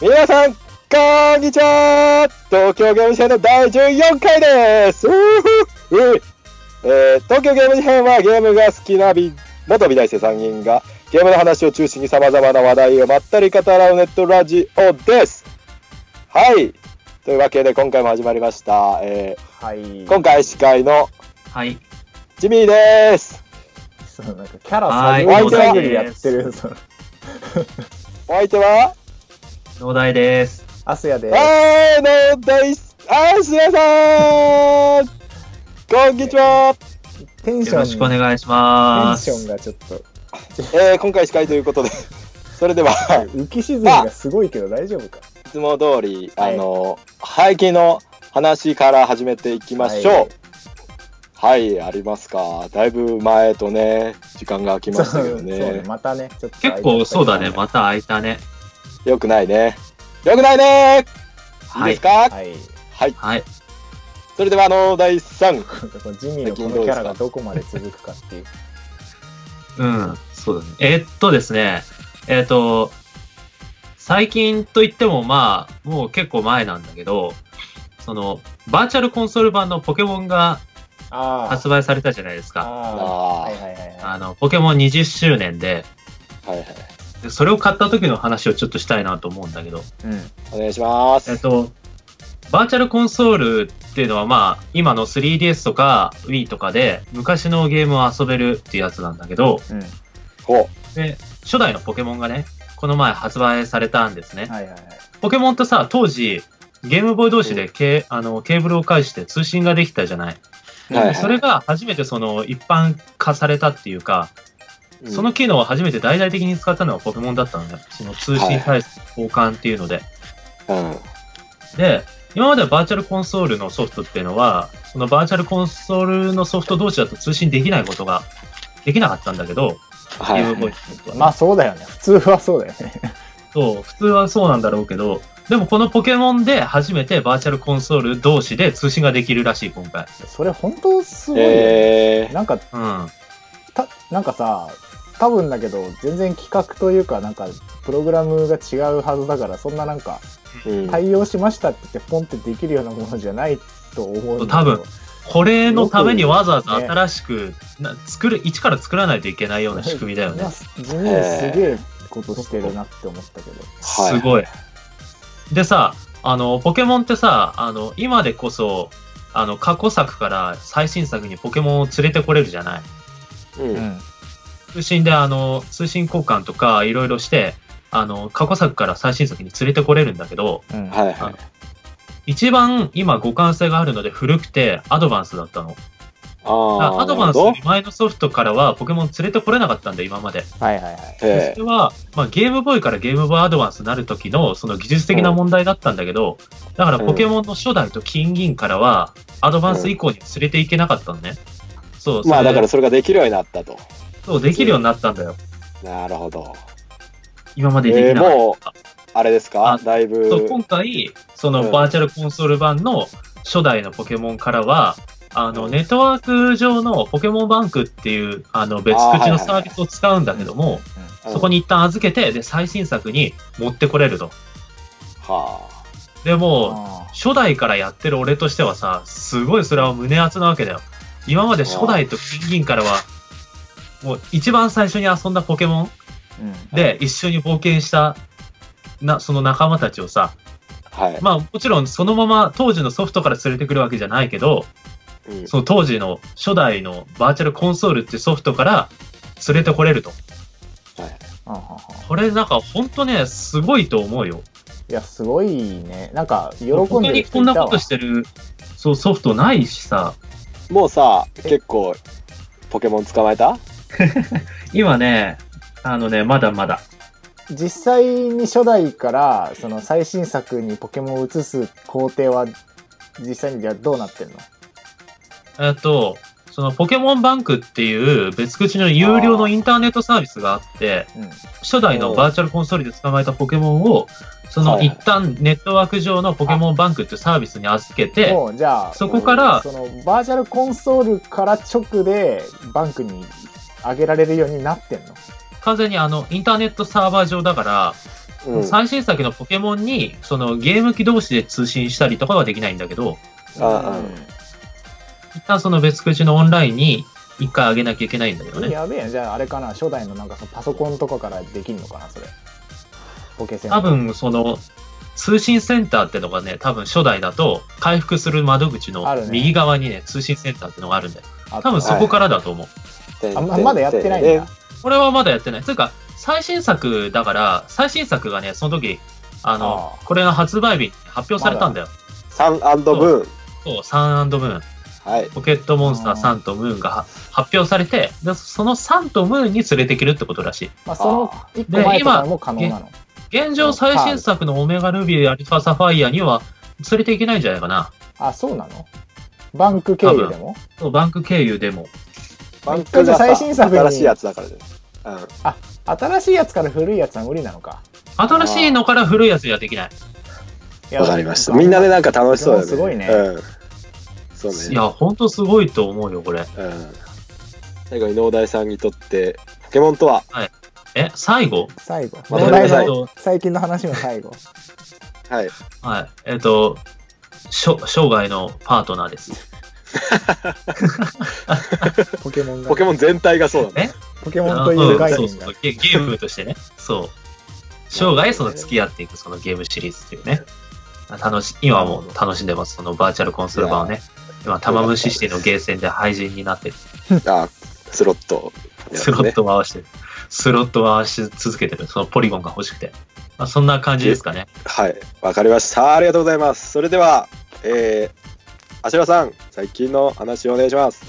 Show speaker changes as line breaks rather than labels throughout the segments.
皆さん、こんにちは東京ゲーム事変の第14回ですうふういえー東京ゲーム事変はゲームが好きなび元美大生3人がゲームの話を中心に様々な話題をまったり語らうネットラジオですはいというわけで今回も始まりました、え
はい。
ー今回司会の
はい。
ジミーです
そのなんかキャラ
はい
探り探りやってる、その、
お相手は
農大です。
アスヤで、
あーの大すあーすやさんこんにちは
テンシ
よろしく
ョ
お
ン、テ
願いし
ン
ま
シ
す。
ョンがちょっと、
えー今回司会ということで、 それでは、
浮き沈みがすごいけど大丈夫か。
いつも通り、
はい
あの、背景の話から始めていきましょう。はい、ありますか。だいぶ前とね、時間が空き
そ
ま
う
したけ
そ
ど
うね
ね。。
またね、ちょっと
結構そうだね。また開いたね。
よくないね。よくないねいい
は
で
い
す。かはい、
はい。
はい。
それでは、あの、第3。
なんかこのジミーのこのキャラがどこまで続くかっていう。
うん。そうだね。えっとですね。えっと、最近といってもまあ、もう結構前なんだけど、その、バーチャルコンソール版のポケモンが
ああ。
発売されたじゃないですか。
ああ。
あ
はいはいはい
あ
は
の、ポケモン20周年で、
あ、はいはい。
でそれを買った時の話をちょっとしたいなと思うんだけど、
い。うん。
お願いしま
えっ
す。
と、バーチャルコンソールっていうのはまあ、今の 3DS とか Wii とかで昔のゲームを遊べるっていうやつなんだけど、
うん。
ほ
で、初代のポケモンがね、この前発売されたんですね。
はいはいはい。
ポケモンってさ、当時、ゲームボーイ同士でケ,、あのケーブルを介して通信ができたじゃない。
う。はいはい、
それが初めてその一般化されたっていうか、
うん
その、機能を初めて大々的に使ったのがポケモンだったのね。その通信対策交換っていうので。
うん。
で、今まではバーチャルコンソールのソフトっていうのは、そのバーチャルコンソールのソフト同士だと通信できないことができなかったんだけど、
は
ゲーム
い。
ボーイソフトはね
まあそうだよね。普通はそうだよね。
そう、普通はそうなんだろうけど、でもこのポケモンで初めてバーチャルコンソール同士で通信ができるらしい、今回。
それ本当すごいよね。
えー、
なんか
うん。
たなんかさ多分だけど全然企画というかなんかプログラムが違うはずだからそんななんか
うん、
対応しましたって言ってポンってできるようなものじゃないと思うんだけど
多分これのためにわざわざ新しく、な作る、一から作らないといけないような仕組みだよ
いや
ね。
地味すげえことしてるなって思ったけど
はい
すごい。でさ、あの、ポケモンってさ、あの、今でこそ、あの、過去作から最新作にポケモンを連れてこれるじゃない。
うん。うん。
通信で、あの、通信交換とかいろいろして、あの、過去作から最新作に連れてこれるんだけど、
うん
はいいはい。
一番今互換性があるので古くてアドバンスだったの。
ああ
アドバンス
な
よ
る
り前のソフトからはポケモン連れてこれなかったんだ今まで。
はいはいはい
ほどえ
それは、まあ、ゲームボーイからゲームボーイアドバンスになる時のその技術的な問題だったんだけど、だからポケモンの初代と金銀からはアドバンス以降に連れていけなかったのね。そう、
ー、まあ
それ
だ
で
からそれができるようになったと。
そうできるようになったんだよ。
なるほど。
今までで
え
き
ー、
なかった。
もう、あれですか
あ
だいぶ。
そう今回、そのバーチャルコンソール版の初代のポケモンからは、あの
うん
ネットワーク上のポケモンバンクっていうあの別口のサービスを使うんだけども、
うん
そこに一旦預けてで、最新作に持ってこれると。
は
で
あ
もう、初代からやってる俺としてはさ、すごいそれは胸熱なわけだよ。今まで初代と金銀からは、もう一番最初に遊んだポケモン
ーうん
で一緒に冒険したなその仲間たちをさ、
あ。はい。
まあもちろんそのまま当時のソフトから連れてくるわけじゃないけど、
うん
その当時の初代のバーチャルコンソールってソフトから連れてこれると。
はい
あはは
これなんかほんとね、すごいと思うよ。
いやすごいねなんか喜ん
他
でる
に
人
こ
い
ん
た
な
わ
ことしてるそうソフトないしさ、
もうさ、
え
結構、ポケモン捕まえた
今ね、あのね、まだまだ。
実際に初代からその最新作にポケモンを移す工程は実際にはどうなってんの
えっと、そのポケモンバンクっていう別口の有料のインターネットサービスがあって、
うん
初代のバーチャルコンソールで捕まえたポケモンを、その一旦ネットワーク上のポケモンバンクっていうサービスに預けて、
もうじゃあ
そこから
そのバーチャルコンソールから直でバンクに上げられるようになってんの
完全にあのインターネットサーバー上だから、
うん、あ
最新作のポケモンに、そのゲーム機同士で通信したりとかはできないんだけど、
あ
一旦その別口のオンラインに一回上げなきゃいけないんだけど
うん
ね。
やべえやんじゃああれかな初代のなんかそのパソコンとかからできるのかなそれポケセン
多分、その、通信センターってのがね、多分初代だと、回復する窓口の
あるね
右側にね、通信センターってのがあるんだよ。
あ
多分そこからだと思う。
ー
あままだやってないんだ。
これはまだやってない。つうか、最新作だから、最新作がね、その時、あの、
ああ
これの発売日に発表されたんだよ。
サンブーン。
そう、サンムーン。
はい。
ポケットモンスター
あー
サンとムーンがは発表されて、でそのサンとムーンに連れてけるってことらしい。
まあ、その
あ
一個前とかも可能なの
現状最新作のオメガルビー、アルファサファイアには連れていけないんじゃないかな。
あそうなのバンク経由でも
そうバンク経由でも。
バンクがさ
最新作に
新しいやつだからね。うん。
新しいやつから古いやつは無理なのか
新しいのから古いやつにはできない。
いや
わかりました。
なん
みんなでなんか楽しそうだね。
すごいね
うん。そうね。
いや、ほんとすごいと思うよ、これ。
うん。最後に農大さんにとって、ポケモンとは、
え、最後
最後
ま
え
と
お
めな
題
さい
っ
の
と
最近の話の最後
はい。
はい。えっと、しょ生涯のパートナーです。
ポケモンが
ポケモン全体がそうなんだ。
ポケモン
あ
という概
そう
念
そう
が
そうゲ。ゲームとしてね。そう。生涯その付き合っていくそのゲームシリーズっていうね。楽し、今はもう楽しんでます。そのバーチャルコンソール版をね。今、玉虫シティのゲーセンで廃人になってる。
あ、スロット、
スロッ。ト回してる。スロット回し続けてる。そのポリゴンが欲しくて。まあ、そんな感じですかね。
はい。わかりました。ありがとうございます。それでは、えー、芦田さん、最近の話をお願いします。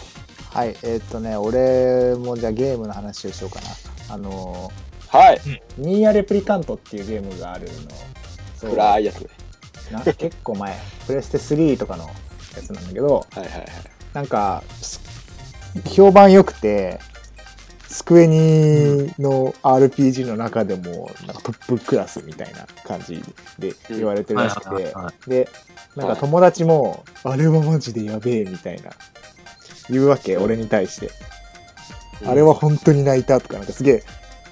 はい、えーっとね、俺もじゃあゲームの話をしようかな。あの
はい。
ー、ニーヤレプリカントっていうゲームがあるの。そう
暗いやつね。
なんか結構前、プレステ3とかのやつなんだけど、
はいはいはい。
なんか、す評判良くて、スクエニの RPG の中でもなんかトップクラスみたいな感じで言われてる
はい
らしく
はいはい
て、
はい。
でなんか友達も、あれはマジでやべえみたいな言うわけ俺に対してあれは本当に泣いたとか、なんかすげえ、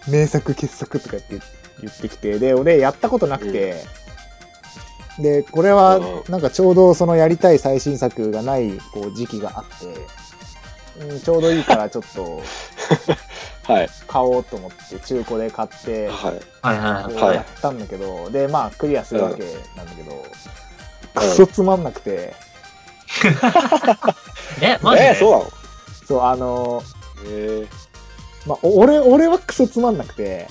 名作傑作とかって言ってきて、で、俺やったことなくて、で、これは
う
なんかちょうどそのやりたい最新作がないこう時期があって、うん、ちょうどいいからちょっと
はい。
買おうと思って中古で買って、
はい。
はいは
こう
いはい。
はい
やったんだけど、で、まあクリアするわけなんだけど、
うん
くそつまんなくて、
え、マジ
えー、
で
そうなの
そう、あの、
え
まあお俺、俺はクソつまんなくて、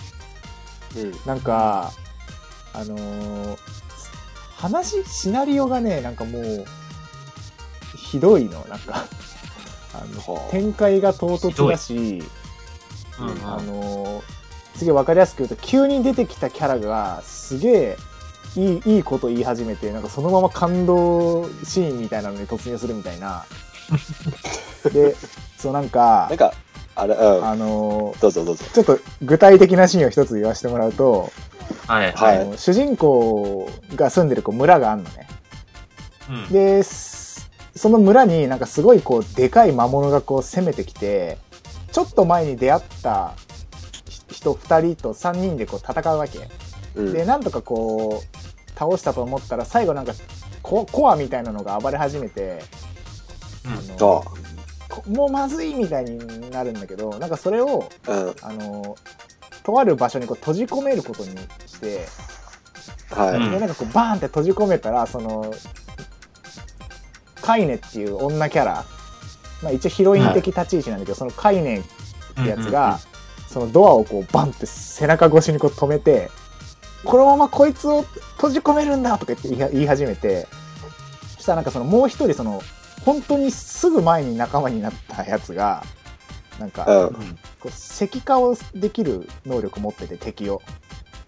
ー、うん。
なんか、あのー話、シナリオがね、なんかもう、ひどいの、なんか、あ
は
の
あ
展開が唐突だし、
うんうん
あのーすげえわかりやすく言うと、急に出てきたキャラが、すげえ、いいいいこと言い始めてなんかそのまま感動シーンみたいなのに突入するみた いなでそうなんか
なんか、あれ、うん。
あのー
どうぞどうぞ。
ちょっと具体的なシーンを一つ言わせてもらうと、
はい。
はい
あの主人公が住んでるこう村があるのね
うん
で s- その村になんかすごいこうでかい魔物がこう攻めてきてちょっと前に出会ったひ人2人と3人でこう戦うわけ
うん。
でなんとかこう倒したと思ったら最後なんかココアみたいなのが暴れ始めて、
うん
あの
そ
こもうまずいみたいになるんだけどなんかそれを
う。うん。
あのとある場所にこう閉じ込めることにして。
はい。
うん
でなんかこうバーンって閉じ込めたらそのカイネっていう女キャラ、まあ、一応ヒロイン的立ち位置なんだけど、そのカイネってやつが、そのドアをこうバンって背中越しにこう止めてこのままこいつを閉じ込めるんだとか言って言い言い始めてそしたらなんかそのもう一人その本当にすぐ前に仲間になったやつがなんか、
うん。
うんうん
こう石化をできる能力持ってて敵を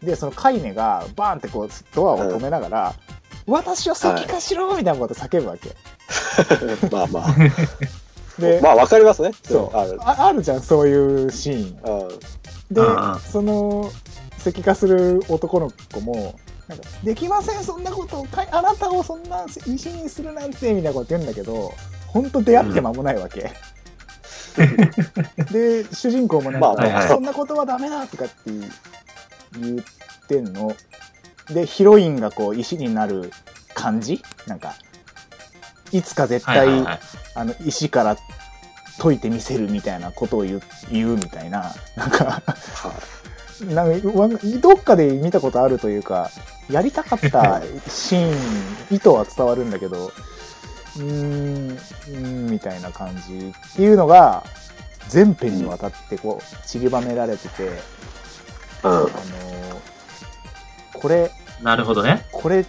でそのカイネがバーンってこうドアを止めながら「私を石化しろ!」みたいなこと叫ぶわけ、
まあまあ。
で、
まあ、わかりますね。
そう
ある
ああるじゃんそういうシーン
う
で
うんうん
その石化する男の子もなんか「できませんそんなことかいあなたをそんな石にするなんて」みたいなこと言うんだけど本当出会って間もないわけ、で主人公もなんか、
まあ
はいはい
そんなことはダメだ」とかって言っってんのでヒロインがこう石になる感じなんかいつか絶対、
はいはいはい。
あの石から解いてみせるみたいなことを言う言うみたいななんかなんかわどっかで見たことあるというかやりたかったシーン意図は伝わるんだけどうーんうーんみたいな感じっていうのが全編にわたってこう散りばめられてて、あのーこれ
なるほどね。
これ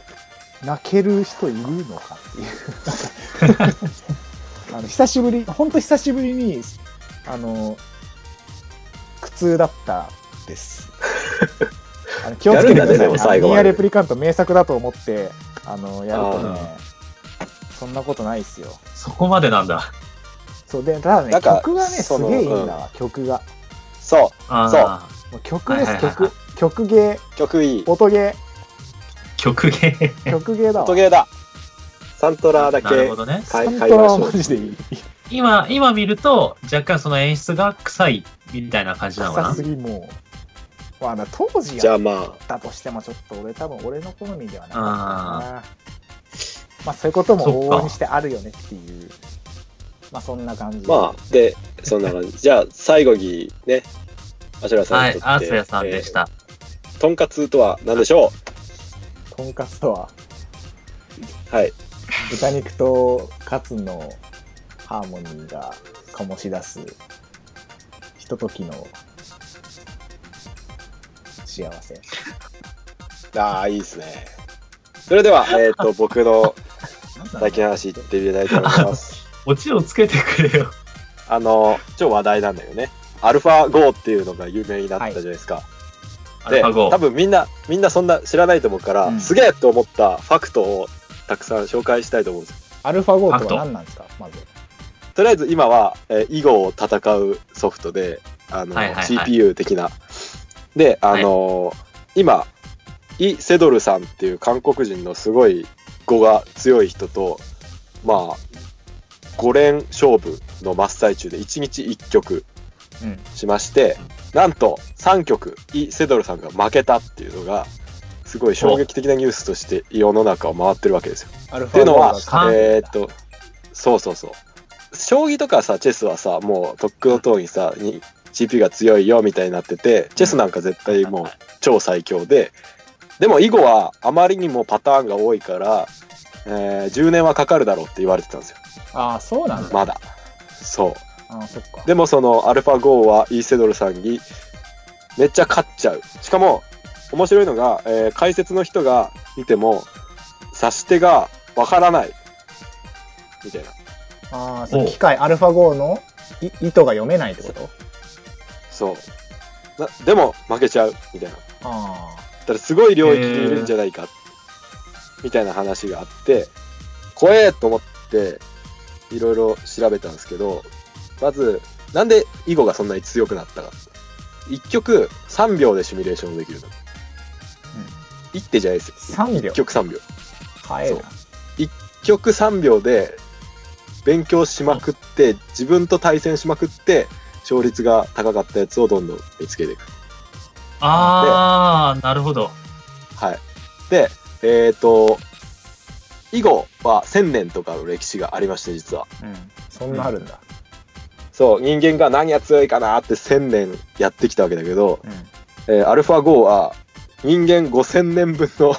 泣ける人いるのかっていう あの久しぶり本当久しぶりにあの苦痛だったです あの気をつけてくだ
やるんだね
さ
でも最
いあの
後
ニ
まで
アレプリカント名作だと思ってあのやるとねそんなことないっすよ
そこまでなんだ。
そうでただね
なんか
曲がねす
その
げえいいんだわ、曲が
そ
ああ、
もう曲で
は
す、
いはいはいはい
曲曲芸
う、曲いい。
音芸
曲芸。
曲芸だわ
音ゲーだ。サントラだけ
なるほどね。
買い
サン
買
ト
い
ラ
まし
は
ょ
マ
う。
ジでいい
今、今見ると、若干その演出が臭いみたいな感じなのか
臭
な
す。ぎもう、まあ、当時
じゃ
や
あ
っ
ま
たとしてもちょっと俺多分俺の好みではなかった
あ
なまあそういうことも
そっか
往々にしてあるよねっていうまあそんな感じ
あ、まあ、で、そんな感じ。じゃあ最後にね、アシュラさん
は
にと
い
っ、て、
アースヤさんでした。
えーとんかつとは何でしょ
とんかつとは
うはい。
豚肉とカツのハーモニーが醸し出すひとときの幸せ
ああ、いいですね。それで は、えっ、と、僕の最近
は
の話言ってみたいと思い ます。
オチをつけてくれよ。
あの、超話題なんだよね。アルファ GO っていうのが有名になったじゃないですか。
アル
で
ファ
多
5。
分みんなみんなそんな知らないと思うから、
うん
すげえと思ったファクトをたくさん紹介したいと思うんですよ
アルファゴーとは何なんですかまず
とりあえず今は、えー囲碁を戦うソフトであの、
はいはいはい
CPU 的なであのー今イ・セドルさんっていう韓国人のすごい語が強い人とまあ5連勝負の真っ最中で1日1局
うん
しまして、なんと3局イ・セドルさんが負けたっていうのがすごい衝撃的なニュースとして世の中を回ってるわけですよ。
アル
っ
フ
てい
ァ
うの
ゴー
は
が勝てるんだ
えーっとそうそうそう将棋とかさチェスはさもうとっくのとうにさに CPU が強いよみたいになっててチェスなんか絶対もう超最強ででも囲碁はあまりにもパターンが多いから、えー10年はかかるだろうって言われてたんですよ
ああそうなんだ
まだそう
あーそっか。
でもそのアルファ GO はイーセドルさんにめっちゃ勝っちゃう。しかも面白いのが、えー解説の人が見ても指し手がわからない。みたいな。
ああ、
お
そうう機械アルファ号のい意図が読めないってこと
そう。なでも負けちゃう。みたいな。だ
あ
からすごい領域にいるんじゃないか。みたいな話があって、怖えと思っていろいろ調べたんですけど、まず、なんで囲碁がそんなに強くなったか。1局3秒でシミュレーションできるの。一手じゃないですよ。
あ、3秒
一。曲3秒。
早いな
そ。一曲3秒で勉強しまくって、自分と対戦しまくって、勝率が高かったやつをどんどん見つけていく。
ああ、なるほど。
はい。で、えっ、と、囲碁は1000年とかの歴史がありまして、実は。
うん。そんなあるんだ。
そう、人間が何が強いかなって1000年やってきたわけだけど、
うん。
えーアルファ GO は人間5000年分の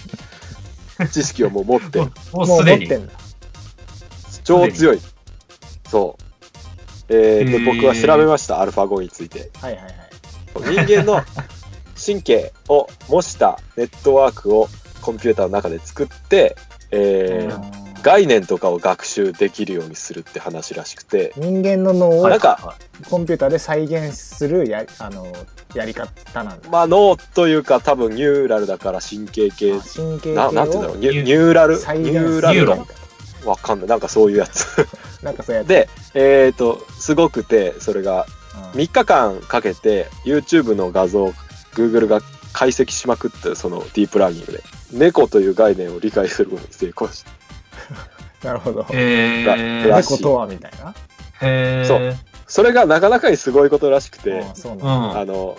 知識をもう 持って
も、うもう
もう
す
持
で
っ
に。
てんだ。
超強い。そう。えー
へ
で
ー
僕は調べました、アルファ5について。
はいはいはい。
人間の神経を模したネットワークをコンピューターの中で作って、えー
うん
概念とかを学習できるようにするって話らしくて、
人間の脳
は
を
いなんか
コンピューターで再現するやあのやり方なんだ。
まあ脳というか多分ニューラルだから神経系、
あ神経系
ななんて言うんだろう
を
ニュニューラルニ
再現す
ュー
る
ラ
やり
ル
ニューロ
方
ン。
わかんない。なんかそういうやつ。
なんかそうやつ。
で、えっ、と、すごくて、それが
うん
3日間かけて YouTube の画像を Google が解析しまくってそのディープラーニングで猫という概念を理解することに成功し
なるほど。
へ
え
らら
え。
しい
ことはみたいな。
へえ。
そうそれがなかなかにすごいことらしくて
ああそうなん
う
だ。
あ
ん。
の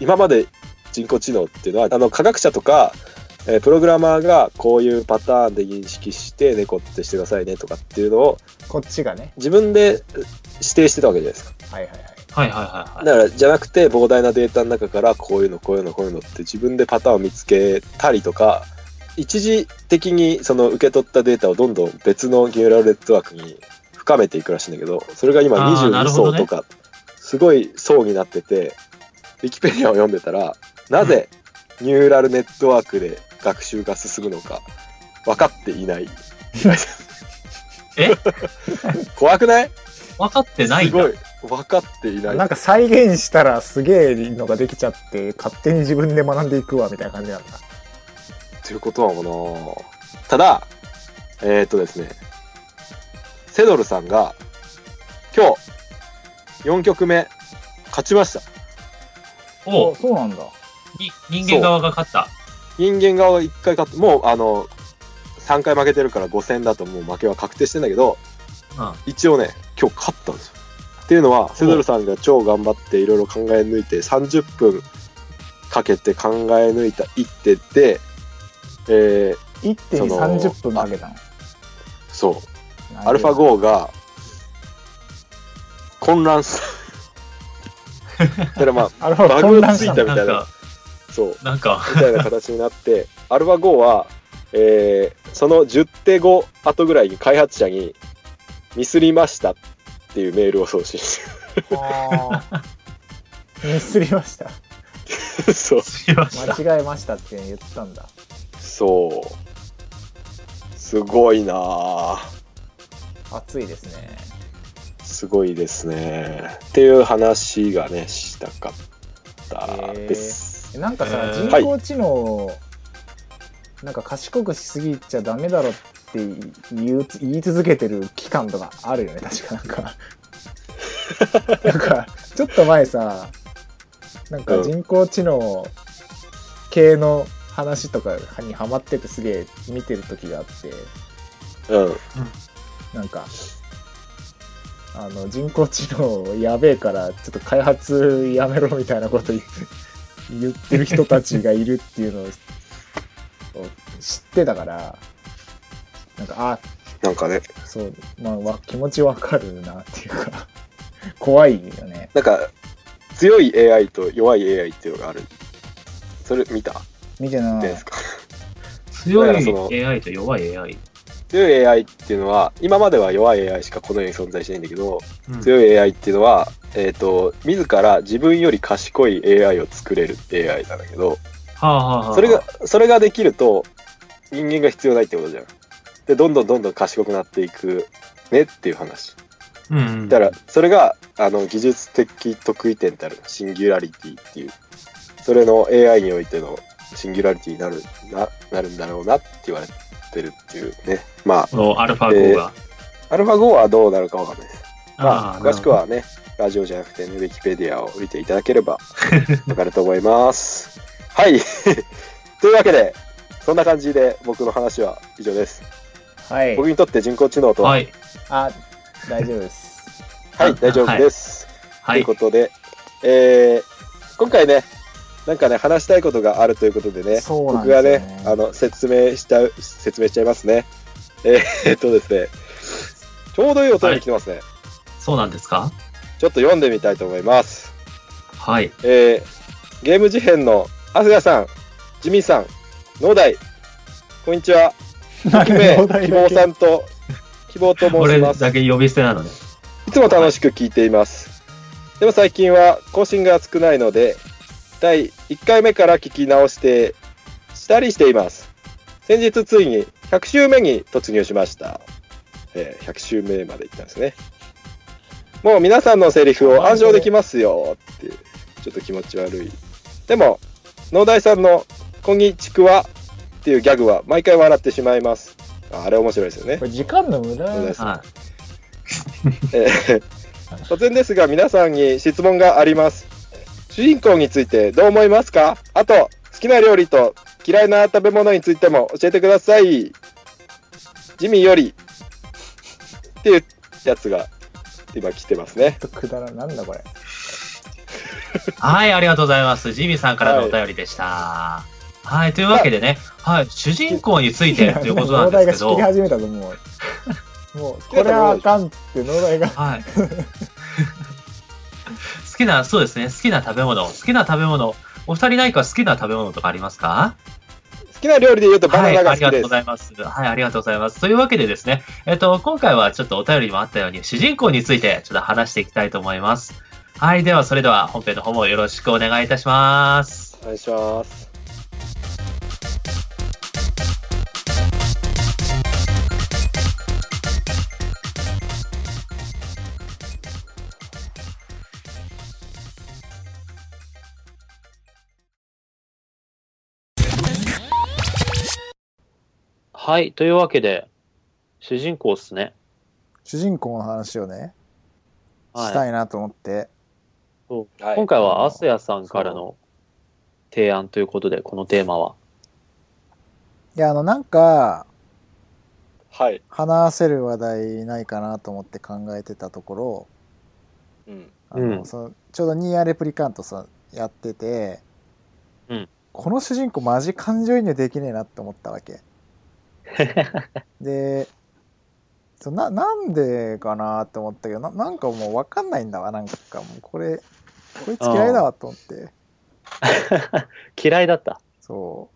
今まで人工知能っていうのはあの科学者とか、えープログラマーがこういうパターンで認識して猫ってしてくださいねとかっていうのを
こっちがね
自分でえー指定してたわけじゃないですか。
はいはいはい
はいはいはい
だ
はい。
からじゃなくて膨大なデータの中からこういうのこういうのこういうのって自分でパターンを見つけたりとか一時的にその受け取ったデータをどんどん別のニューラルネットワークに深めていくらしいんだけどそれが今
あーな
22
るほど
層
ね
とか、すごい層になっててウィキペディアを読んでたらなぜニューラルネットワークで学習が進むのか分かっていない。
え
怖くない
分かってない
す
んだ
ご。い分かっていない
なんか再現したらすげえのができちゃって勝手に自分で学んでいくわみたいな感じなんだ
ということなのかなただえーっとですねセドルさんが今日4局目勝ちました
おう
そうなんだ
に人間側が勝った。
人間側が1回勝ってもうあの3回負けてるから5戦だともう負けは確定してんだけど
うん
一応ね今日勝ったんですよっていうのはセドルさんが超頑張っていろいろ考え抜いて30分かけて考え抜いた一手でえー、
一手に
その
30分かけたの
そう
な
アル
る
ファ
ほど
5が混乱する。だからま
アルファ
バグ
混乱し
つい
た
た
んだ
み
なん
たいな
か、
あ、そう、
なんか、
みたいな形になって、 アルファ5は、えーその10手後後ぐらいに開発者にミスりましたっていうメールを送信し
あ ーミスり ました
てる。そう。
すいません。
間違えましたって言ったんだ
そう。すごいなあ
熱いですね
すごいですね。っていう話がね、したかったです。
なんかさ
えー
人工知能をなんか賢くしすぎちゃダメだろって言う言い続けてる期間とか あるよね確かなんかなんかちょっと前さなんか人工知能系の話とかにハマっててすげえ見てる時があって
うん。
なんかあの人工知能やべえからちょっと開発やめろみたいなこと言う 言ってる人たちがいるっていうのをを知ってたからなんか
なんかね、
あそうまあわ気持ちわかるなっていうか怖いよね
なんか強い AI と弱い AI っていうのがある。それ見た
見てな
じゃない
い
ですか。だからそ
強
の
い AI と弱い AI。
強い AI っていうのは今までは弱い AI しかこの世に存在しないんだけど、
うん
強い AI っていうのはえっ、と自ら自分より賢い AI を作れる AI なんだけど、
はあはあはあ
それがそれができると人間が必要ないってことじゃん。でどんどんどんどん賢くなっていくねっていう話。
うんうん、
だからそれがあの技術的得意点たるシンギュラリティっていうそれの AI においてのシンギュラリティになるななるんだろうなって言われてるっていうねまあ
このアルファ5が。
アルファ5はどうなるかわかんないですま
あ
あ
ー
詳しく。はねラジオじゃなくてねウィキペディアを見ていただければわかると思いますはい というわけでそんな感じで僕の話は以上です
はい
僕にとって人工知能とは
は
はい、
い。
あ大丈夫です
大丈夫です、
は
という
い
こ。とで、えー今回ね、なんかね、話したいことがあるということでね、
そうなん
僕
で
が
すよ
ね、あの、説明しちゃう、説明しちゃいますね。えーえっとですね、ちょうどいい音に来てますね。
そうなんですか
ちょっと読んでみたいと思います。
はい。
えーゲーム事変の、アスヤさん、ジミーさん、農大、こんにちは。
なん
希
で
望
脳内
希
だ
望
け
さんと、希望と申し
俺
ます。
だけ呼び捨てなのね。
いつも楽しく聞いています。でも最近は更新が少ないので、第1回目から聞き直してしたりしています。先日ついに100週目に突入しました。えー100週目まで行ったんですね。もう皆さんのセリフを暗唱できますよって、ちょっと気持ち悪い。でも、農大さんのこんにちくわっていうギャグは毎回笑ってしまいます。ああれ面白いですよね
こ。れ時間の無駄
そうです
は
えー 突然ですが皆さんに質問があります主人公についてどう思いますかあと好きな料理と嫌いな食べ物についても教えてくださいジミーよりっていうやつが今来てますね
ちょっとくだらなんだこれ
はい、ありがとうございます。ジミーさんからのお便りでした。はい、というわけでね、はい、主人公についてということなんですけ
脳題が仕切
ど、
り始めたぞ、もう。もう、これはあかんって、脳題が。
はい。 好きな、そうですね、好きな食べ物、好きな食べ物、お二人何か好きな食べ物とかありますか
好きな料理で言うとバナナが
はい、あ
好き
りがとう
で
ご
す。
ざいます。はい、ありがとうございます。というわけでですね、えっと、今回はちょっとお便りにもあったように、主人公についてちょっと話していきたいと思います。はい、ではそれでは本編の方もよろしくお願いいたします。
お願いします。
はい、というわけで、主人公ですね。
主人公の話をね、したいなと思って、
はい
今回はアスヤさんからの提案ということで、このテーマは。
いや、あの、なんか、
はい。
話せる話題ないかなと思って考えてたところ、
うん。
あの
うん
そのちょうどニーアレプリカントさんやってて、
うん
この主人公マジ感情移入できねえなって思ったわ け。でそうななんでかなって思ったけどななんかもう分かんないんだわなんかもうこれこいつ嫌いだわと思って
嫌いだった。
そ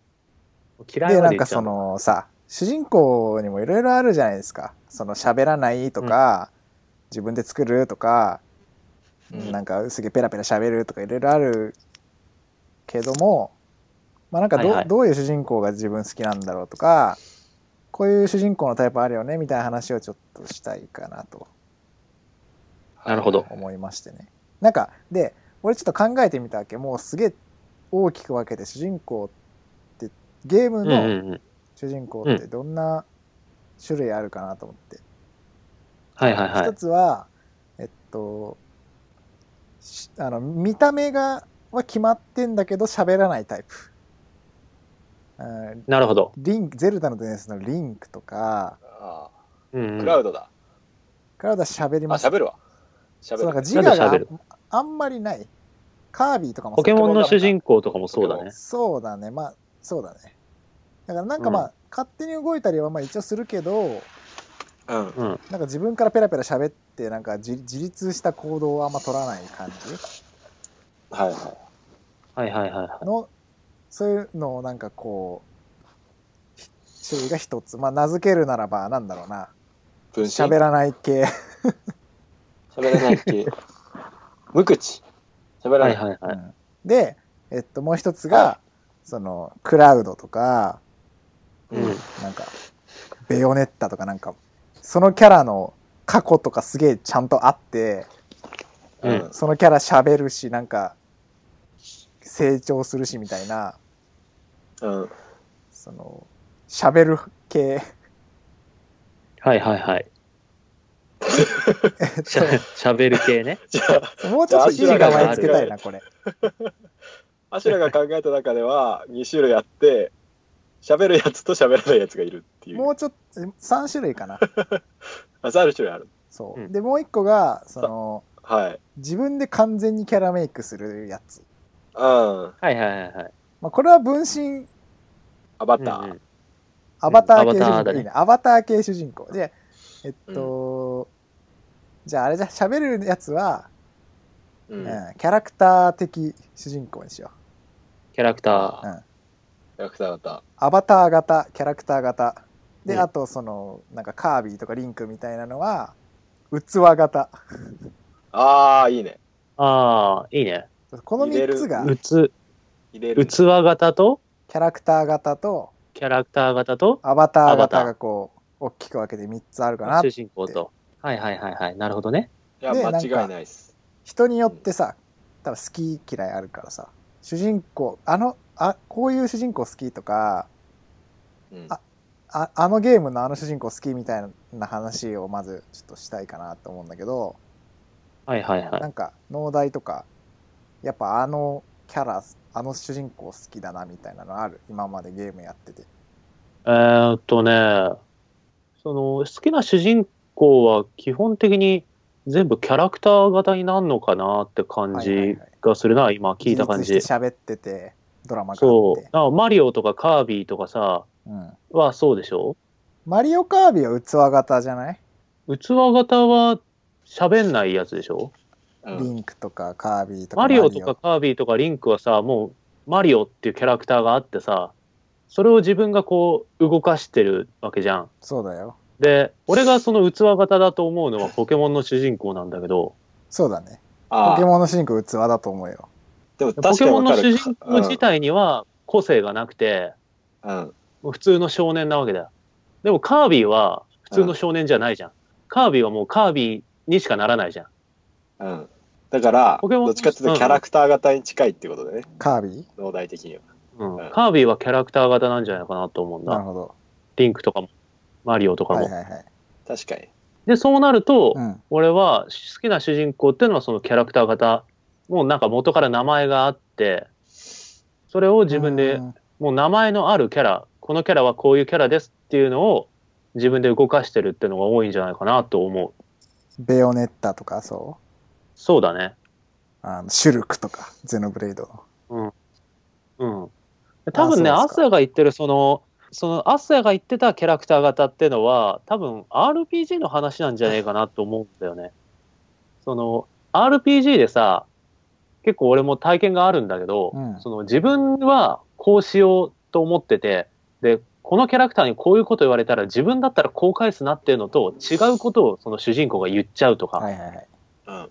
嫌
う
い
で
ま
な
で
ん
言
か
っちゃ
そう
の。
のさ主人公にもいろいろあるじゃないですかその喋らないとか、自分で作るとか
うん
なんかすげえペラペラ喋るとかいろいろあるけども、まあなんかど,、
はいはい
どういう主人公が自分好きなんだろうとか、こういう主人公のタイプあるよねみたいな話をちょっとしたいかなと
なるほど。
思いましてね。なんか、で、俺ちょっと考えてみたわけ。もうすげえ大きく分けて主人公って、ゲーム
うんうん
の
うん。
主人公ってどんな種類あるかなと思って。
はいはいは
一
い。
つは、えっと、しあの、見た目が、は決まってんだけど喋らないタイプ。うん
なるほど。
リンク、ゼルダの伝説のリンクとか、
あ
うん
ー
うん
クラウドだ。
からだ喋り
あ、
ます。
喋るわ。
そうなん
喋る。
か自我
なん
が
で喋
あんまりない。カービィとかもそ
ポ
う
ケモンの主人公とかもそうだね。
そうだね。まあ、そうだね。だからなんかまあ、
う
勝手に動いたりはまあ一応するけど、
うん。
うん。
なんか自分からペラペラ喋って、なんか自自立した行動はあんま取らない感じ。
はいは。
はいはいはいは
のそういうのをなんかこう種類が一つまあ名付けるならばなんだろうない
分身。
喋らない系
喋らない 系。無口。喋ら
い。は
ないい。
はいは
う
い。
んで、えっと、もう一つ
は
がそのクラウドとか
うん
うん
なんかベヨネッタとかなんかそのキャラの過去とかすげえちゃんとあって
う
うん
ん。
そのキャラ喋るしなんか成長するしみたいな
うん。
その喋る系
はいはいはい。
えっ
しゃ、 しゃべる系ね。
じゃあ、
ともうちょっといい名前つけたいなこれ
アシュラが考えた中では2種類あって、喋るやつと喋らないやつがいるっていう。
もうちょっと3種類かな
あ、3種類ある。
そう、
うん
でもう一個がその
はい。
自分で完全にキャラメイクするやつ、
うん。
はいはいはいはい。
まあ、これは分身
アバ
う
タ
ん
ー。
うん
アバター系主
ア
人公、
バターだね
いいねアバター系主人公でえっと、じゃああれじゃ喋るやつは、
うん
う
キ
んキャラクター的主人公にしよ
キャラクタ
うん
ー。
ャラクター型
う。アバター型キャラクター型で、
うん
あとそのなんかカービィとかリンクみたいなのは器型
ああ、いいね。
ああ、いいね。
この3つが
うつ、
入れる。
器型と、
キャラクター型と
キャラクター型と、
アバター
アバタ
型
ー
がこう大きく分けて3つあるかな
主人公と。はいはいはいはい。なるほどね。
いや、
で
間違いないです。
人によってさ多分好き嫌いあるからさ主人公あのあこういう主人公好きとか
うん
あああのゲームのあの主人公好きみたいな話をまずちょっとしたいかなと思うんだけど、
はいはいは。
ないんか農大とかやっぱあのキャラあの主人公好きだなみたいなのある今までゲームやってて
えーっとね、その、好きな主人公は基本的に全部キャラクター型になるのかなって
は
感
いはい
じ
はい
がするな、今聞いた感
自
じ
立。して喋っててドラマがあっ
そう
て。
あマリオとかカービィとかさ、
う、ん、
はそうでしょ
マリオカービィは器型じゃない
器型は喋んないやつでしょ
リンクとかカービィとか
マリオとかカービィとかリンクはさ、もうマリオっていうキャラクターがあってさ、それを自分がこう動かしてるわけじゃん。
そうだよ
で、俺がその器型だと思うのはポケモンの主人公なんだけど、
そうだねポ
あ
ケ
あ、
モンの主人公器だと思うよ
でも
ポ
確か
ケ
に
モン
わ
の
か
主
る。
人公自体には個性がなくて、
うん。うん
普通の少年なわけだよ。でもカービィは普通の少年じゃないじゃん。カービィはもうカービィにしかならないじゃん。
うん。だから、
ポケモン
どっちかっていうとキャラクター型に近いってことだね、
カービ
脳内的には。
うん
うん
カービィはキャラクター型なんじゃないかなと思うん
ィなる
だ。
ほど
リンクとかも、マリオとかも。
はいはいはい
確かに。
で、そうなると、
うん
俺は好きな主人公っていうのはそのキャラクター型。もうなんか元から名前があって、それを自分で、
うん
もう名前のあるキャラ、このキャラはこういうキャラですっていうのを自分で動かしてるっていうのが多いんじゃないかなと思う。
ベヨネッタとかそう
そうだね。
あのシュルクとかゼノブレイドの
うん。多分ね、
あそうで
ア
すか
スヤが言ってるその、そのアスヤが言ってたキャラクター型っていうのは、多分 RPG の話なんじゃねえかなと思うんだよね。その、RPG でさ、結構俺も体験があるんだけど、
うん
その自分はこうしようと思ってて、で、このキャラクターにこういうこと言われたら自分だったらこう返すなっていうのと違うことをその主人公が言っちゃうとか、
はいはいはい
うん。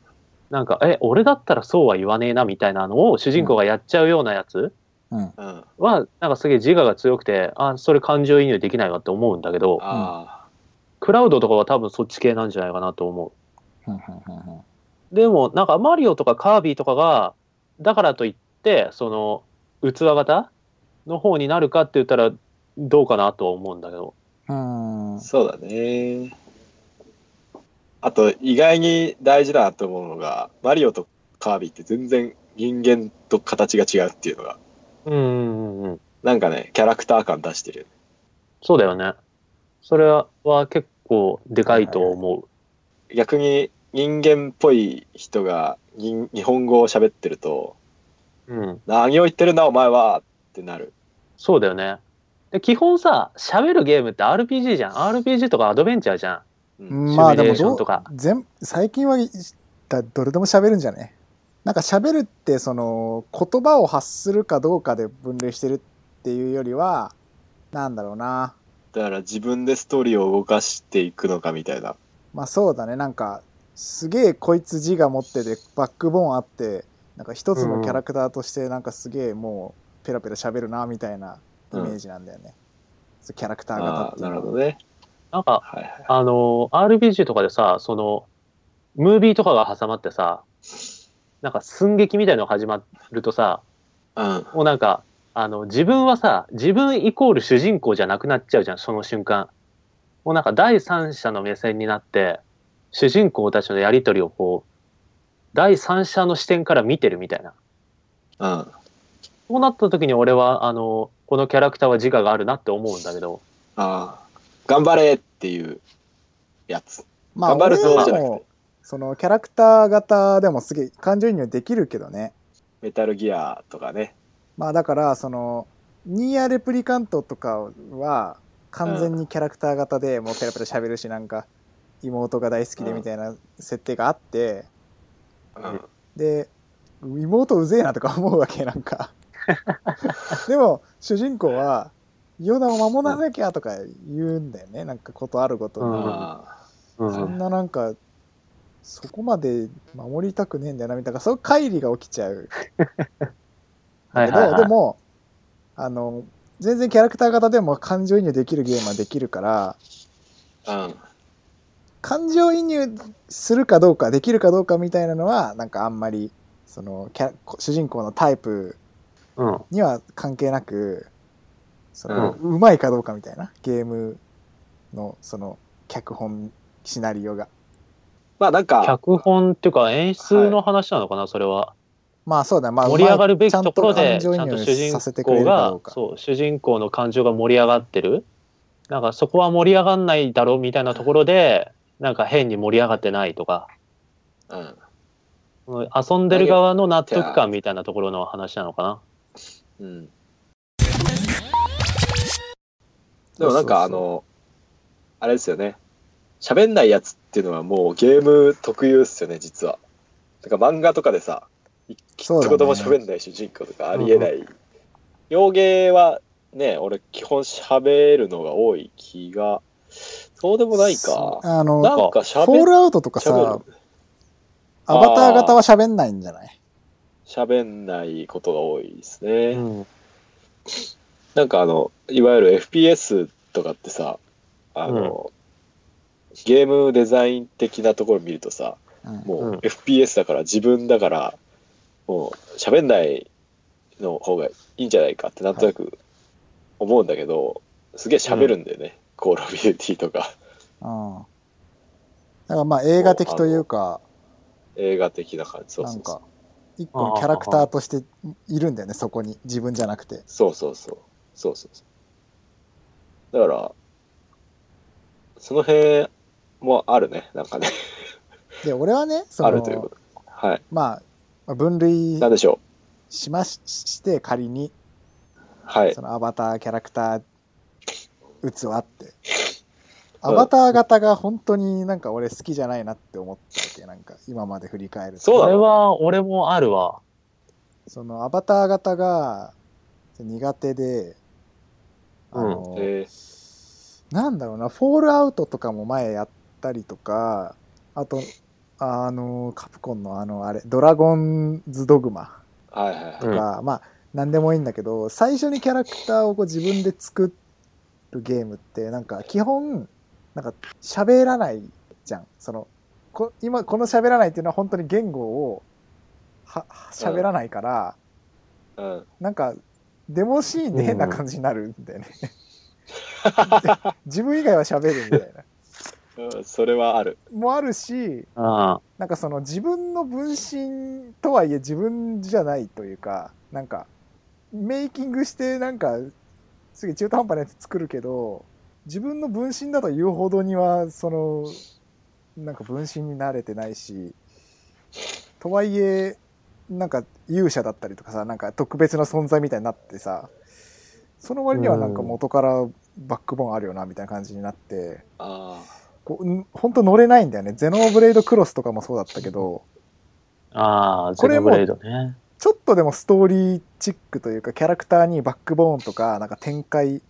なんか、え、俺だったらそうは言わねえなみたいなのを主人公がやっちゃうようなやつ、
うん
うん。あ
は、なんかすげえ自我が強くて、あ、それ感情移入できないわって思うんだけど、
あ
クラウドとかは多分そっち系なんじゃないかなと思
ふんふんふんふん
う。でも、なんかマリオとかカービィとかが、だからといって、その、器型の方になるかって言ったら、どうかなとは思うんだけど。
うーん
ー、そうだね。あと、意外に大事だなと思うのが、マリオとカービィって全然人間と形が違うっていうのが、
うんうんうんうん。
なんかね、キャラクター感出してる。
そうだよね。それは結構でかいと思
逆に人間っぽい人が人日本語を喋ってると、
う。うん。
何を言ってるんだお前はってなる。
そうだよね。で基本さ、喋るゲームって RPG じゃん。RPG とかアドベンチャーじゃん。
うん。
まあで
シミュレ
も
ーショ
ど
ンと
う
か
全最近はいだどれでも喋るんじゃねなんか喋るってその言葉を発するかどうかで分類してるっていうよりはなんだろうな
だから自分でストーリーを動かしていくのかみたいな。
まあそうだねなんかすげえこいつ自我持っててバックボーンあってなんか一つのキャラクターとしてなんかすげえもうペラペラ喋るなみたいなイメージなんだよね、そうキャラクター型
あ
っ
あ、
ていう
な
の
る
は
ほどね。
なんか、
はいはい。
あの、RPG とかでさ、その、ムービーとかが挟まってさ、なんか寸劇みたいのが始まるとさ、
うん。
もうなんか、あの、自分はさ、自分イコール主人公じゃなくなっちゃうじゃん、その瞬間。もうなんか第三者の目線になって、主人公たちのやりとりをこう、第三者の視点から見てるみたいな。
うん。
そうなった時に俺は、あの、このキャラクターは自我があるなって思うんだけど、
ああ、頑張れっていうやつ。
まあ
頑張るぞ
俺は
じゃなくて
もうそのキャラクター型でもすげえ感情移入できるけどね
メタルギアとかね。
まあだからそのニーヤレプリカントとかは完全にキャラクター型でもうペラペラ喋るしなんか妹が大好きでみたいな設定があって
うん。
で妹うぜえなとか思うわけなん かでも主人公はヨダを守らなきゃとか言うんだよねなんかことあるごとに、
うん
あ
うん
そんななんかそこまで守りたくねえんだよなみたいなそういう乖離が起きちゃう
はい
けど、
はいはい
でもあの全然キャラクター型でも感情移入できるゲームはできるから
あ、うん。
感情移入するかどうかできるかどうかみたいなのはなんかあんまりそのキャラ主人公のタイプ
うん。
には関係なくその、うまいかどうかみたいなゲームのその脚本シナリオが
まあなんか、
脚本っていうか演出の話なのかな、それは。
まあそうだまあ
盛り上がるべきところ
うま
で、
い
ちゃんと主人
させてくれ
公
るかど
が
う、か
そう、主人公の感情が盛り上がってる。なんかそこは盛り上がんないだろうみたいなところで、なんか変に盛り上がってないとか、
うん。
その遊んでる側の納得感みたいなところの話なのかな。
うん。でもなんかあ
そうそう
の、あれですよね。喋んないやつっていうのはもうゲーム特有っすよね、実は。なんか漫画とかでさ、一
そうだね
言も喋んない主人公とかありえない。洋芸はね、俺基本喋るのが多い気が、そうでもないか。
あの、
なんか
フォ
喋
ー
る
ルアウトとかさ
喋、
アバター型は喋んないんじゃない
喋んないことが多いですね。
うん。
なんかあの、いわゆる FPS とかってさ、あの、ゲームデザイン的なところ見るとさ、
うん
もううん FPS だから自分だから、もう喋んないの方がいいんじゃないかってなんとなく思うんだけど、すげえ喋るんだよね。コールオブデューティーとか、
うん。だからまあ映画的というか、
映画的な感じ。そう
な
そ
ん
うそ
か
う。、
一個のキャラクターとしているんだよね、そこに。自分じゃなくて。
そうそうそう。そうそうそう。だから、その辺もあるね。なんかね。
で、俺はね、そ
あるというこ
の、
と。はい。
まあまあ、分類
なんでしょう。
しましして、仮に、
はい
そ。のアバター、キャラクター、器って。アバター型が本当になんか俺好きじゃないなって思ったわけ、なんか今まで振り返ると。
そう
こ
だ
れ
ろ
は、俺もあるわ。
そのアバター型が苦手で、あの、
えー
なんだろうな、フォールアウトとかも前やったりとか、あと、あの、カプコンのあの、あれ、ドラゴンズドグマ
はいはいはい。
とか、まあ、なんでもいいんだけど、最初にキャラクターをこう自分で作るゲームって、なんか基本、なんか喋らないじゃん。その、こ今、この喋らないっていうのは本当に言語を、は、喋らないから、
うん。
なんか、デモシーンで変な感じになるんだよね。自分以外は喋るみたいな。
うんそれはある。
もあるし、
うん。
なんかその自分の分身とはいえ自分じゃないというか、なんか、メイキングしてなんか、すげえ中途半端なやつ作るけど、自分の分身だと言うほどには、その、なんか分身に慣れてないし、とはいえ、なんか勇者だったりとかさ、なんか特別な存在みたいになってさ、その割にはなんか元からバックボーンあるよな、みたいな感じになって、
あ
こう、んほんと乗れないんだよね。ゼノブレイドクロスとかもそうだったけど、
ああ、
こ
ゼ
れ
ノ
も
ブレイドね。
ちょっとでもストーリーチックというか、キャラクターにバックボーンとか、なんか展開、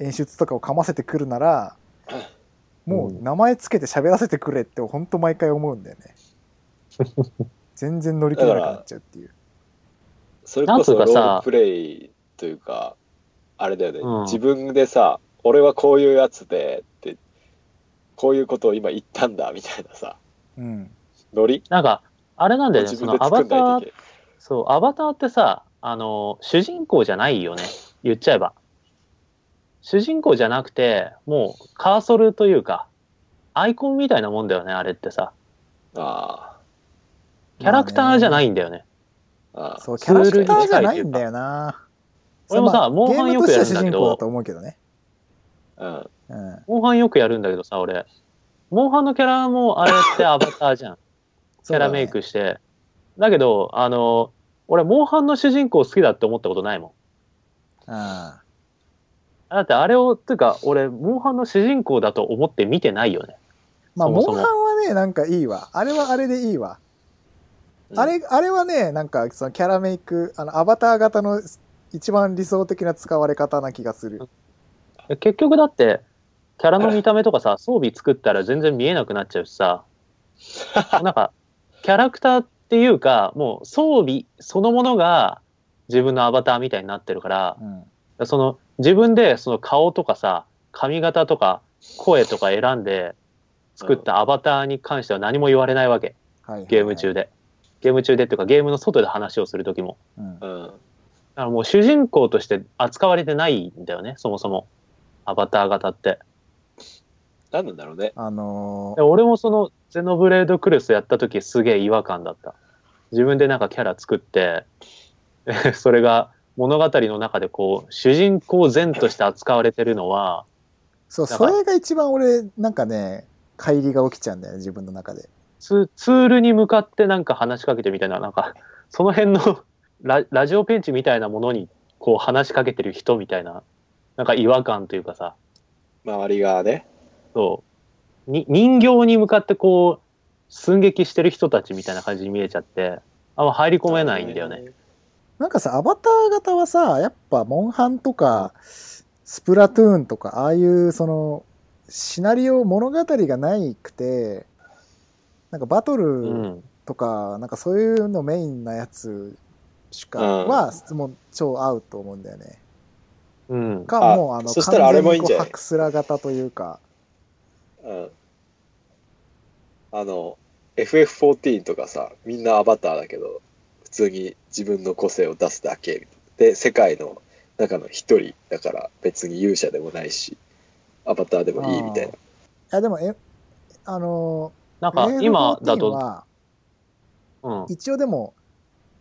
演出とかをかませてくるなら、もう名前つけて喋らせてくれって、ほんと毎回思うんだよね。全然乗り切れなくなっちゃうっていう。
あ。それこそ
な
ロ
んつうかさ
ールプレイというか、あれだよね、
うん
自分でさ、俺はこういうやつでって、こういうことを今言ったんだみたいなさ、
うん。
ノリ
なんか、あれなんだよね、
自
そ
分で
のア
作ん
バタ
ない
ー
といけない。
そう、アバターってさ、あの、主人公じゃないよね。言っちゃえば。主人公じゃなくて、もうカーソルというか、アイコンみたいなもんだよね、あれってさ。
あ
キャラクターじゃないんだよね。
あ。ああ。
そう、キ
ツ
ャ
ー
ラ
ル
ク
に近い
ターじゃないんだよな。
俺もさ
まあ
モンハン
ゲーム
よ
と
く
して
や
は主
るんだけど
人公だと思うけどね。
うん。
うん。
モンハンよくやるんだけどさ、俺。モンハンのキャラもあれってアバターじ ゃん。キャラメイクして。だけど、あの、俺、モンハンの主人公好きだって思ったことないもん。
そうだね。
だってあれを、というか、俺、モンハンの主人公だと思って見てないよね。
うん。まあ、
そもそ
モン
も
ハンはね、なんかいいわ。あれはあれでいいわ。あれ、あれはね、なんか、そのキャラメイク、あの、アバター型の一番理想的な使われ方な気がする。
結局だって、キャラの見た目とかさ、装備作ったら全然見えなくなっちゃうしさ、なんか、キャラクターっていうか、もう装備そのものが自分のアバターみたいになってるから、
うん。
その自分でその顔とかさ、髪型とか声とか選んで作ったアバターに関しては何も言われないわけ、
はい。
ゲーム中で。ゲーム中でっていうか、ゲームの外で話をするときも。
うん。
うん。
だからもう主人公として扱われてないんだよね、そもそも。アバター型って。
何なんだろうね。
あの
で俺もそのゼノブレードクルスやった時すげえ違和感だった自分でなんかキャラ作って それが物語の中でこう主人公前として扱われてるのは
そう、
だ
そ
から
れが一番俺、なんかね、乖離が起きちゃうんだよね、自分の中で。
ツツールに向かってなんか話しかけてみたいな、なんか、 その辺のララジオペンチみたいなものにこう話しかけてる人みたいな、なんか違和感というかさ、
周りがね。
そう、に人形に向かってこう、寸劇してる人たちみたいな感じに見えちゃって、あんま入り込めないんだよね。
なんかさ、アバター型はさ、やっぱ、モンハンとか、スプラトゥーンとか、ああいう、その、シナリオ、物語がないくて、なんかバト
う
ル
ん。
とか、なんかそういうのメインなやつしか
うん
は、質問超合うと思うんだよね。
うん。
か、
あ
もうあの、
そしたらあれもいいんじゃない
完全にこうハクスラ型というか、
うん。あの、FF14 とかさ、みんなアバターだけど、普通に自分の個性を出すだけ。で、世界の中の一人だから別に勇者でもないし、アバターでもいいみたいな。
いや、でも、え、あの、
なんか
レイル
今だ
14
と、
は
うん。
一応でも、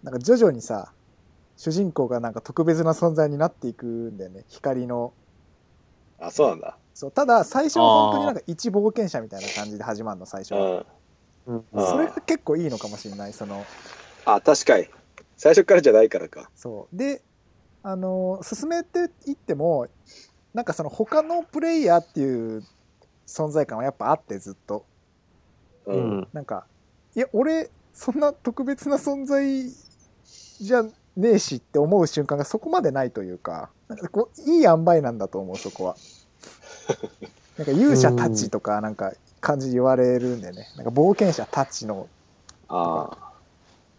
なんか徐々にさ、主人公がなんか特別な存在になっていくんだよね。光の。
あ、そうなんだ。
そう、ただ最初は本当になんか一冒険者みたいな感じで始まるの、最初
う
は。
ん。
うん
あー
それが結構いいのかもしれない、その、
あ、確かに。最初からじゃないからか。
そう。で、あの、進めていっても、なんかその他のプレイヤーっていう存在感はやっぱあって、ずっと。
う。
うんん。
なんか、いや、俺、そんな特別な存在じゃねえしって思う瞬間がそこまでないというか、なんかこう、いい塩梅なんだと思う、そこは。なんか勇者たちとか、なんか感じで言われるんでね。なんか冒険者たちの。
あ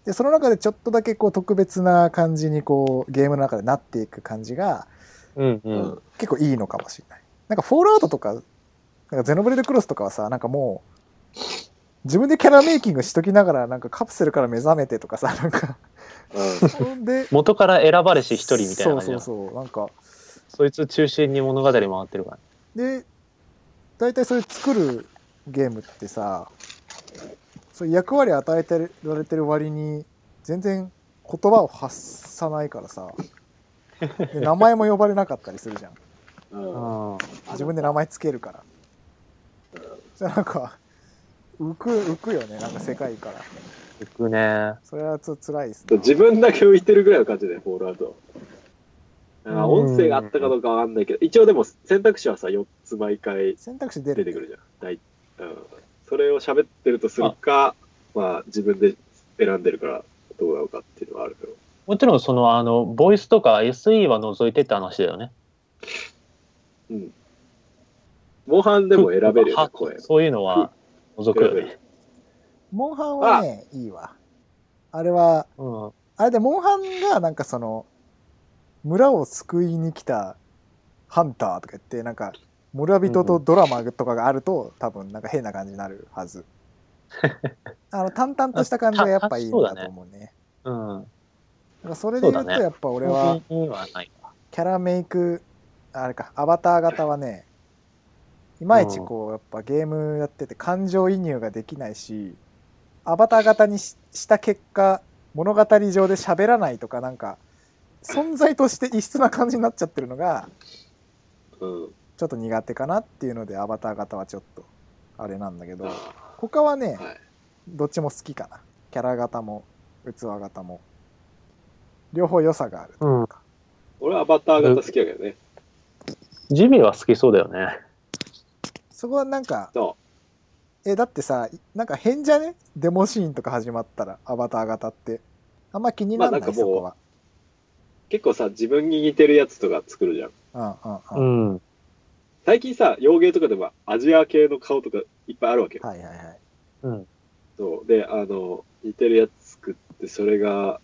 で、その中でちょっとだけこう特別な感じにこう、ゲームの中でなっていく感じが
うん。
あ。
う
うんん。。
結構いいのかもしれない。なんかフォールアウトとか、なんかゼノブレードクロスとかはさ、なんかもう、自分でキャラメイキングしときながら、なんかカプセルから目覚めてとかさ、 なんか、
うん。
ほんで、
元から選ばれし一人みたいな感じ
そ
だ
うそうそう、なんか、
そいつ中心に物語回ってるから。
で、大体それ作るゲームってさ、そういう役割与えてられてる割に、全然言葉を発さないからさ、で名前も呼ばれなかったりするじゃん。
うん。
あ
自分で名前つけるから。じゃあなんか、浮く、浮くよね、なんか世界から。
あ、行くね。
それはちょっと辛いですね。
自分だけ浮いてるぐらいの感じで、フォールアウト。あ
うん
音声があったかどうかわかんないけど、一応でも選択肢はさ、4つ毎回
選択肢出
出
る。
てくるじゃん。大うん、それを喋ってるとするか、まあ自分で選んでるからどうなのかっていうのはあるけど。
もちろん、その、あの、ボイスとか SE は除いてって話だよね。
うん。モンハンでも選べるよね
は、
声。
そういうのは除くよ
選べ
ね
る。
モンハンはね、いいわ。あれは、
うん。
あれで、モンハンがなんかその、村を救いに来たハンターとか言って、なんか、村人とドラマとかがあると、多分なんか変な感じになるはず。あの、淡々とした感じがやっぱいいんだと思うね。
うん。
なんかそれで言う
そう
と、
だね
やっぱ俺は、
本当にはない。
キャラメイク、あれか、アバター型はね、いまいちこう、やっぱゲームやってて感情移入ができないし、アバター型にしした結果、物語上で喋らないとか、なんか、存在として異質な感じになっちゃってるのが、
うん。
ちょっと苦手かなっていうので、アバター型はちょっと、あれなんだけど、
あ
他はね、
はい
どっちも好きかな。キャラ型も、器型も。両方良さがある。
うん。
俺はアバター型好きだけどね。
ジミーは好きそうだよね。
そこはなんか、
そ
え、だってさ、なんか変じゃねデモシーンとか始まったら、アバター型って。あんま気にならない、
まあなんか
そ
もう
こは。
う。結構さ、自分に似てるやつとか作るじゃん。
うんうん
う
うん。
ん。
最近さ、洋芸とかでもアジア系の顔とかいっぱいあるわけよ。
はいはいはい。
うん。
そう。で、あの、似てるやつ作って、それが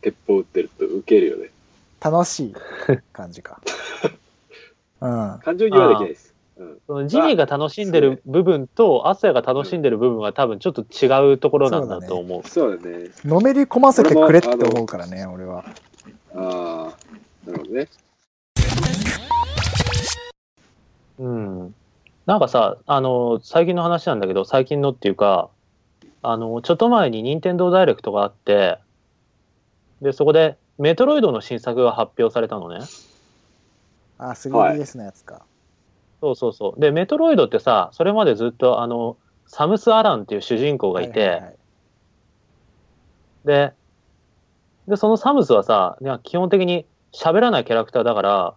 鉄砲撃ってるとウケるよね。
楽しい感じか。 うん。
感情にはできないです。うん。
そのジミーが楽しんでる部分と、アスヤが楽しんでる部分は多分ちょっと違うところなんだと思う。
そうだね。
のめり込ませてくれって思うから ね、俺は。
ああ、なるほどね。
うん。なんかさ、あの、最近の話なんだけど、最近のっていうか、あの、ちょっと前に任天堂ダイレクトがあって、で、そこで、メトロイドの新作が発表されたのね。
あ、3DS のやつか。
そうそうそう。で、メトロイドってさ、それまでずっと、あの、サムス・アランっていう主人公がいて、
はいはいはい
で、で、そのサムスはさ、いや基本的に喋らないキャラクターだから、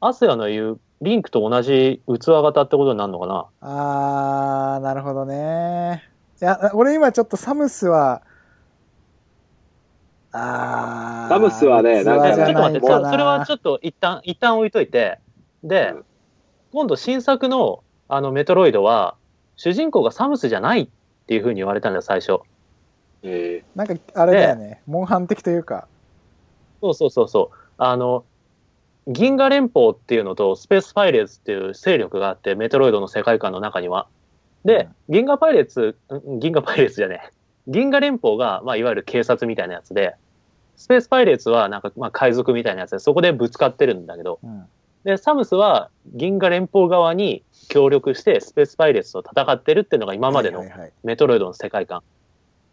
アスヤの言うリンクと同じ器型ってことになるのかな
あー、なるほどね。いや、俺今ちょっとサムスは、あー。
サムスはね
器
なんか
じ
ちょ
ゃな
っと
い
待って、
か
そ
な
それはちょっと一旦、一旦置いといて、で、
うん
今度新作のあのメトロイドは、主人公がサムスじゃないっていうふうに言われたんだよ、最初。
え
なんか、あれだよね。モンハン的というか。
そうそうそうそう。あの、銀河連邦っていうのとスペースパイレーツっていう勢力があって、メトロイドの世界観の中には。で、銀河パイレーツ、ん銀河パイレーツじゃねえ。銀河連邦が、まあ、いわゆる警察みたいなやつで、スペースパイレーツはなんか、まあ、海賊みたいなやつで、そこでぶつかってるんだけど、
うん。
で、サムスは銀河連邦側に協力してスペースパイレーツと戦ってるっていうのが今までの
はいはいはい
メトロイドの世界観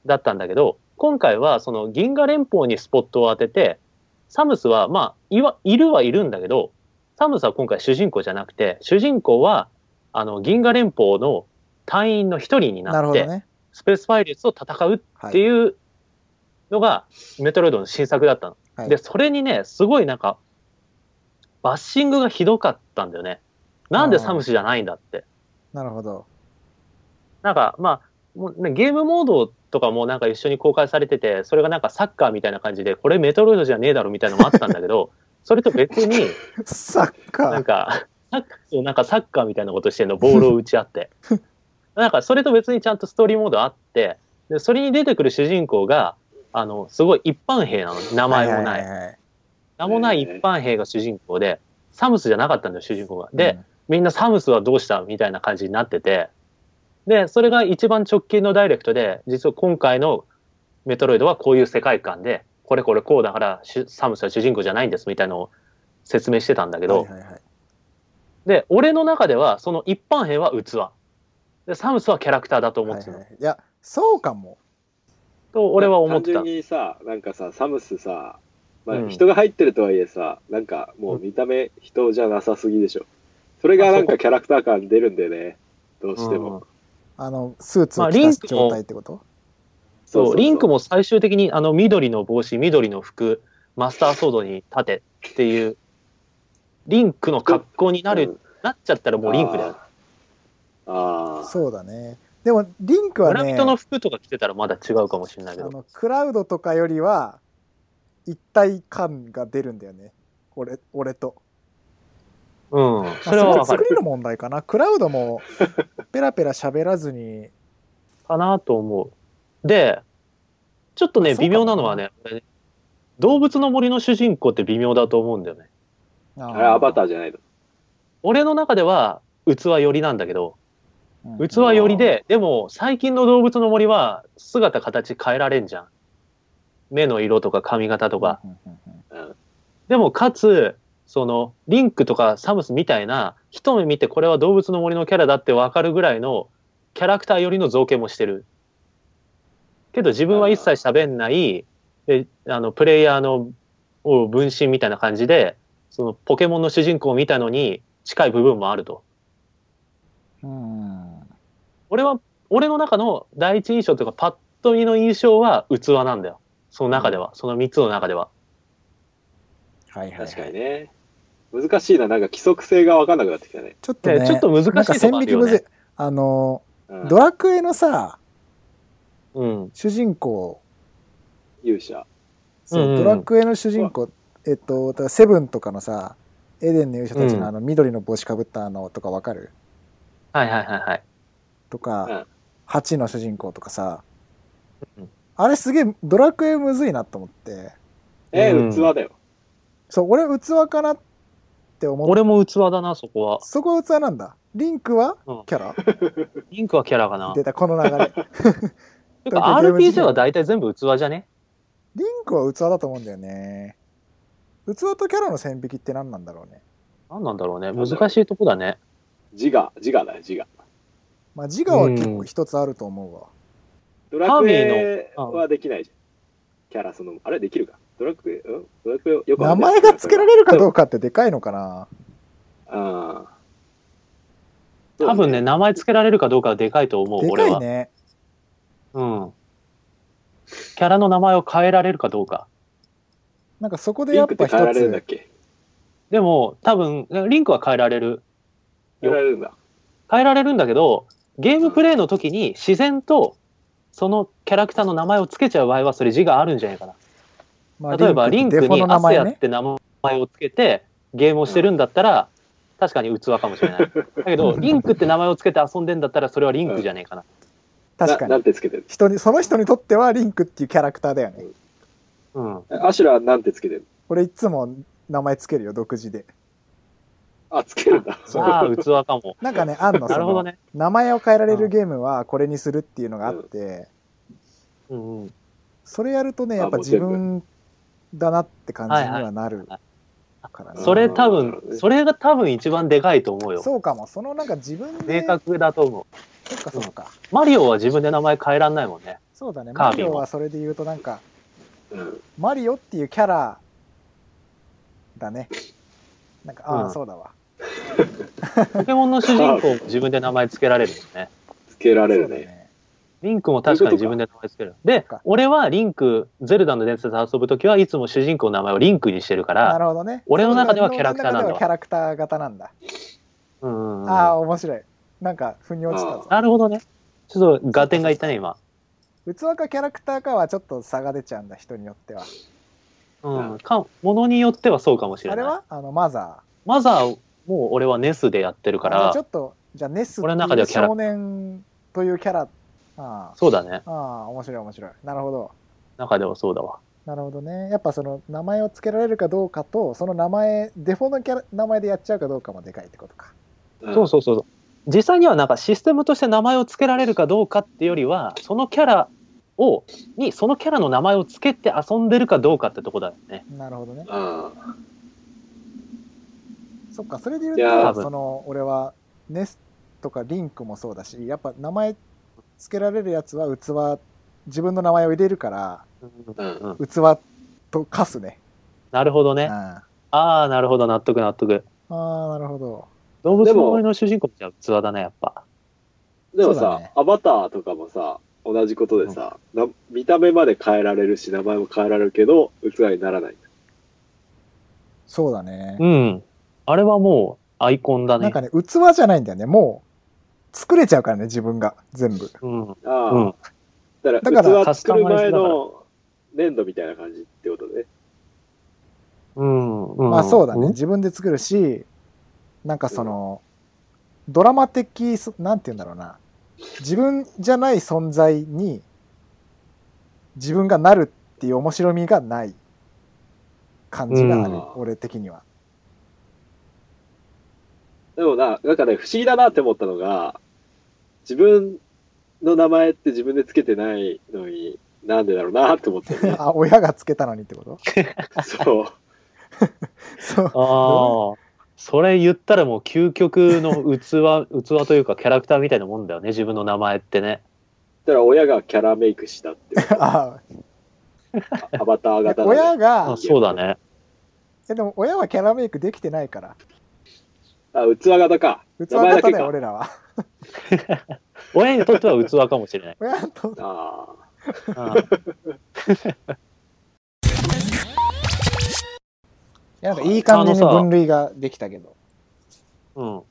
だったんだけど、今回はその銀河連邦にスポットを当てて、サムスは、まあ、いわ、いるはいるんだけど、サムスは今回主人公じゃなくて、主人公は、あの、銀河連邦の隊員の一人に
なる
なっ
ほど
て、
ね。
スペースパイレーツと戦う
は
って
い。
いうのが、メトロイドの新作だったの。
はい
で、それにね、すごいなんか、バッシングがひどかったんだよね。なんでサムスじゃないんだって。
なるほど。
なんか、まあ、もうね、ゲームモードとかもなんか一緒に公開されてて、それがなんかサッカーみたいな感じで、これメトロイドじゃねえだろみたいなのもあったんだ けど、それと別に、
サッカ
なん
ー。
か、サッカーそうなんかサッカーみたいなことしてんの、ボールを打ち 合って。なんか、それと別にちゃんとストーリーモードあって、で、それに出てくる主人公が、あの、すごい一般兵なの、名前もない。
ははは
名もない一般兵が主人公で、サムスじゃなかったんだよ、主人公が。で、、みんなサムスはどうしたみたいな感じになってて、で、それが一番直近のダイレクトで、実は今回のメトロイドはこういう世界観で、これこれこうだから、しサムスは主人公じゃないんですみたいなのを説明してたんだけ
け
ど、
はいはいはい
で、俺の中ではその一般兵は器。で、サムスはキャラクターだと思ってたの、
はいはいいや、そうかも。
と、俺は思ってた
単。純にさ、なんかさ、サムスさ、ま
う
あ、
ん
人が入ってるとはいえさ、なんかもう見た目人じゃなさすぎでしょ。それがなんかキャラクター感出るんでね、どうしても。
うん
あの、スーツを
まあリ
着
ン
た
クも
状態ってこと
う
そう
うう
リンクも最終的にあの緑の帽子、緑の服、マスターソードに立てっていう、リンクの格好になる、なっちゃったらもうリンクだよ。
あーあー。
そうだね。でも、リンクは
村
ね、
人の服とか着てたらまだ違うかもしれないけ
あ
ど。
のクラウドとかよりは一体感が出るんだよね俺俺と、
うん。
まあ
それはわ
そ
か
れ
る。
作りの問題かなクラウドもペラペラ喋らずに
かなと思う。で、ちょっと
あそ
ね、
うかも
微妙なのはね、俺ね動物の森の主人公って微妙だと思うんだよね。
あれアバタ
ー、
ーじゃないの。
俺の中では器寄りなんだけど、
うん
器寄りで、でも最近の動物の森は姿形変えられんじゃん。目の色とか髪型とか。
うんうんうん
でもかつ、そのリンクとかサムスみたいな一目見てこれは動物の森のキャラだってわかるぐらいのキャラクター寄りの造形もしてる。けど自分は一切喋んない、であのプレイヤーのを分身みたいな感じで、そのポケモンの主人公を見たのに近い部分もあると。
うん
俺は、俺の中の第一印象というか、パッと見の印象は器なんだよ。その中では、その3つの中では。
はいはいはい
確かにね。難しいな、なんか規則性が分かんなくなってきたね。
ちょっと
で
ね
ちょっと難しい
なんか
と
線
こあ
引
る
き
よ
むずい
ね。
あの
うん
ドラクエのさ
うん。
主人公
勇者。
そう、
うんう
ド
ん
ラクエの主人公えっとだからセブンとかのさエデンの勇者たち
うん
のあの緑の帽子かぶったのとかわかる、
はいはいはいはい。
と
う
か
ん、
八の主人公とかさ
うん、
あれすげえドラクエむずいなと思って、
え、
うん
器だよ。
そう、俺器かなって思って、
俺も器だな、そこは。
そこ器なんだ。リンクは
うん
キャラ
リンクはキャラかな。
出た、この流れ。
てか、
東京ゲーム事情
RPG は大体全部器じゃね
リンクは器だと思うんだよね。器とキャラの線引きって何なんだろうね。
何なんだろうね。難しいとこだね。
自我、自我だよ、自我。
まあ自我は結構一つあると思うわ。
ドラクエ
ハーミーのうん
はできないじゃん。キャラその、あれできるかドラクエ、うんドラクエよく
名前が付けら
る
れるかどうかってでかいのかな。
あ
多分ね、名前つけられるかどうかはでかいと思う、
で
俺
かい
は。
ね。
うん。キャラの名前を変えられるかどうか。
なんかそこで
リ
や
ン
っ
クっ
ぱ
て
一
変えられるんだっ
つ、
け
でも、多分、リンクは変えられる。
変えられるんだ。
変えられるんだけど、ゲームプレイの時に自然と、そのキャラクターの名前をつけちゃう場合は、それ字があるんじゃないかな。
まあ
例えばリンク
デフォ
に
の
「ア
名
スヤ」
前
っ
ね。
て名前をつけてゲームをしてるんだったら、確かに器かもしれないだ けどリンクって名前をつけて遊んでんだったらそれはリンクじゃねえかな、
確か
なな
に
ん。てつけてる
人に、その人にとってはリンクっていうキャラクターだよね。
うん、
アシュラはなんてつけてる
俺いつも名前つけるよ、独自で。
あ、つけるんだ。
ああ器かも
なん かね、あんの、
な
そ
るほ
の、
どね、
名前を変えられるゲームはこれにするっていうのがあって、
うんうん、
それやるとね、
あ
やっぱ
もう
自
全部
分だなって感じにはなる
はい
から
あ
ね。
それ多
なるほど
分
ね
それが多分一番でかいと思うよ
そうかも、そのなんか自分で、
明
そっ
確だと思
かそっか、
うマリオは自分で名前変えらんないもんね
そうだね、
カ
マ
ービィ
リオ
も
はそれで言うとなんか、
うん
マリオっていうキャラだね。なんか、ああ、
うん
そうだわ。
ポケモンの主人公も自分で名前つけられるもんね
つけられ
そう
る
だ
ね。
ね。
リンクも確かに自分で名前つける。で
か、
俺はリンク、ゼルダの伝説遊ぶときはいつも主人公の名前をリンクにしてるか
な
ら、
るほどね。
俺の中ではキャラクターなんだ
俺の中ではキャ
わ。
ラクター型なんだ。
うんうんうん
ああ、面白い。なんか、腑に落ちたぞ。
なるほどね。ちょっと合点がいったね、今。
器かキャラクターかはちょっと差が出ちゃうんだ、人によっては。
うん。か、ものによってはそうかもしれ
あれ
ない。
はあの、マザ
マザー、もう俺はネスでやってる
ー。
か
あじゃあちょ
ら、
っと、じゃあネスって
俺の中で
いう
はキャラ
少年というキャラ。あ
そうだね。
あ、ああ、面白い面白い。なるほど。
中ではそうだわ。
なるほどね。やっぱその名前を付けられるかどうかと、その名前、デフォのキャラ名前でやっちゃうかどうかもでかいってことか。
うん
そうそうそうそう。実際にはなんかシステムとして名前を付けられるかどうかっていうよりは、そのキャラを、にそのキャラの名前を付けて遊んでるかどうかってとこだよね。
なるほどね。
あ
そっか、それで
い
言
や
う
ー
と、その、俺は、ネスとかリンクもそうだし、やっぱ名前付けられるやつは器、自分の名前を入れるから、
あうん
うん
器と化すね。
なるほど
う
ね。
ん、
あ
あ
あー、なるほど、納得納得。
あ、なるほど。
動物
で
の
も
森の主人公じゃ器だね、やっぱ。
でも
そうだ
さ、
ね
アバターとかもさ、同じことでさ、な見た目まで変えられるし、名前も変えられるけど、器にならない。
そうだね。
うん。あれはもうアイコンだね。
なんかね、器じゃないんだよね。もう、作れちゃうからね、自分が。全部。
うん。
ああ、
うん。
だ
だ
か、
からら
器作る
カスタマイ
前
ズだから
の粘土みたいな感じってことね。
うん。うん、
まあそうだね。
ん
自分で作るし、なんかその、ドラマ的、そなんて言うんだろうな。自分じゃない存在に、自分がなるっていう面白みがない感じがある。
うん
俺的には。、
でもな、なんかね、不思議だなって思ったのが、自分の名前って自分でつけてないのに、なんでだろうなって思って、 ね
あ、親がつけたのにってこと
そう。
そう。
ああ。それ言ったらもう究極の器、 器というかキャラクターみたいなもんだよね、自分の名前ってね。
だから親がキャラメイクしたっていう
あ
アバター型のね
親が
あ、そうだね。
え、でも親はキャラメイクできてないから。
あ、器型か。
器
名前だ
型
け
だよ、
か。
俺らは。
親にとっては器かもしれない。
親と、
ああ。
う
いやなんかいい感じに
あのさ
分類ができたけど。
ん。うん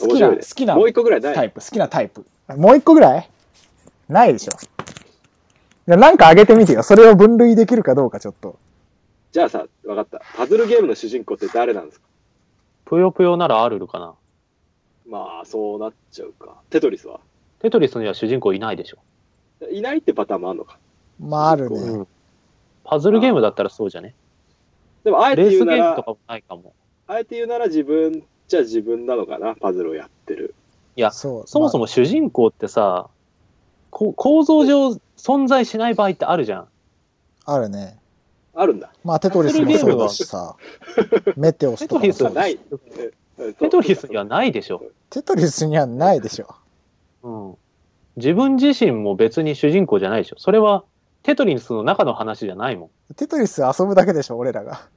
好き
面白
な、
い
好
ね
きな
もう一個ぐらいな
タ
い。
イプ、好きなタイプ。もう一個ぐらいないでしょ。いやなんか上げてみてよ。それを分類できるかどうかちょっと。
じゃあさ、わかった。パズルゲームの主人公って誰なんですか
ぷよぷよならアルルかな。
まあ、そうなっちゃうか。テトリスは
テトリスには主人公いないでしょ。
いないってパターンもあるのか。
まあある
う
ね。
ん。パズルゲームだったらそうじゃね。
でも、あえ
レ
て
ー
言う
ス
な
ゲームと
ら
か、もないかも。
あえて言うなら自分じゃ自分なのかな。パズルをやってる。
あ
そう。
そもそも主人公ってさ、こ構造上存在しない場合ってあるじゃん。
まあ、あるね。
あるんだ。
まあテトリスもそうだしさ。メテオスとかも
そ
そうう
な
だし。
い。うん
テトリスにはないでしょ。
テトリスにはないでしょ。
うん。自分自身も別に主人公じゃないでしょ。それはテトリスの中の話じゃないも
テトリス遊ぶだけでしょ、俺らが。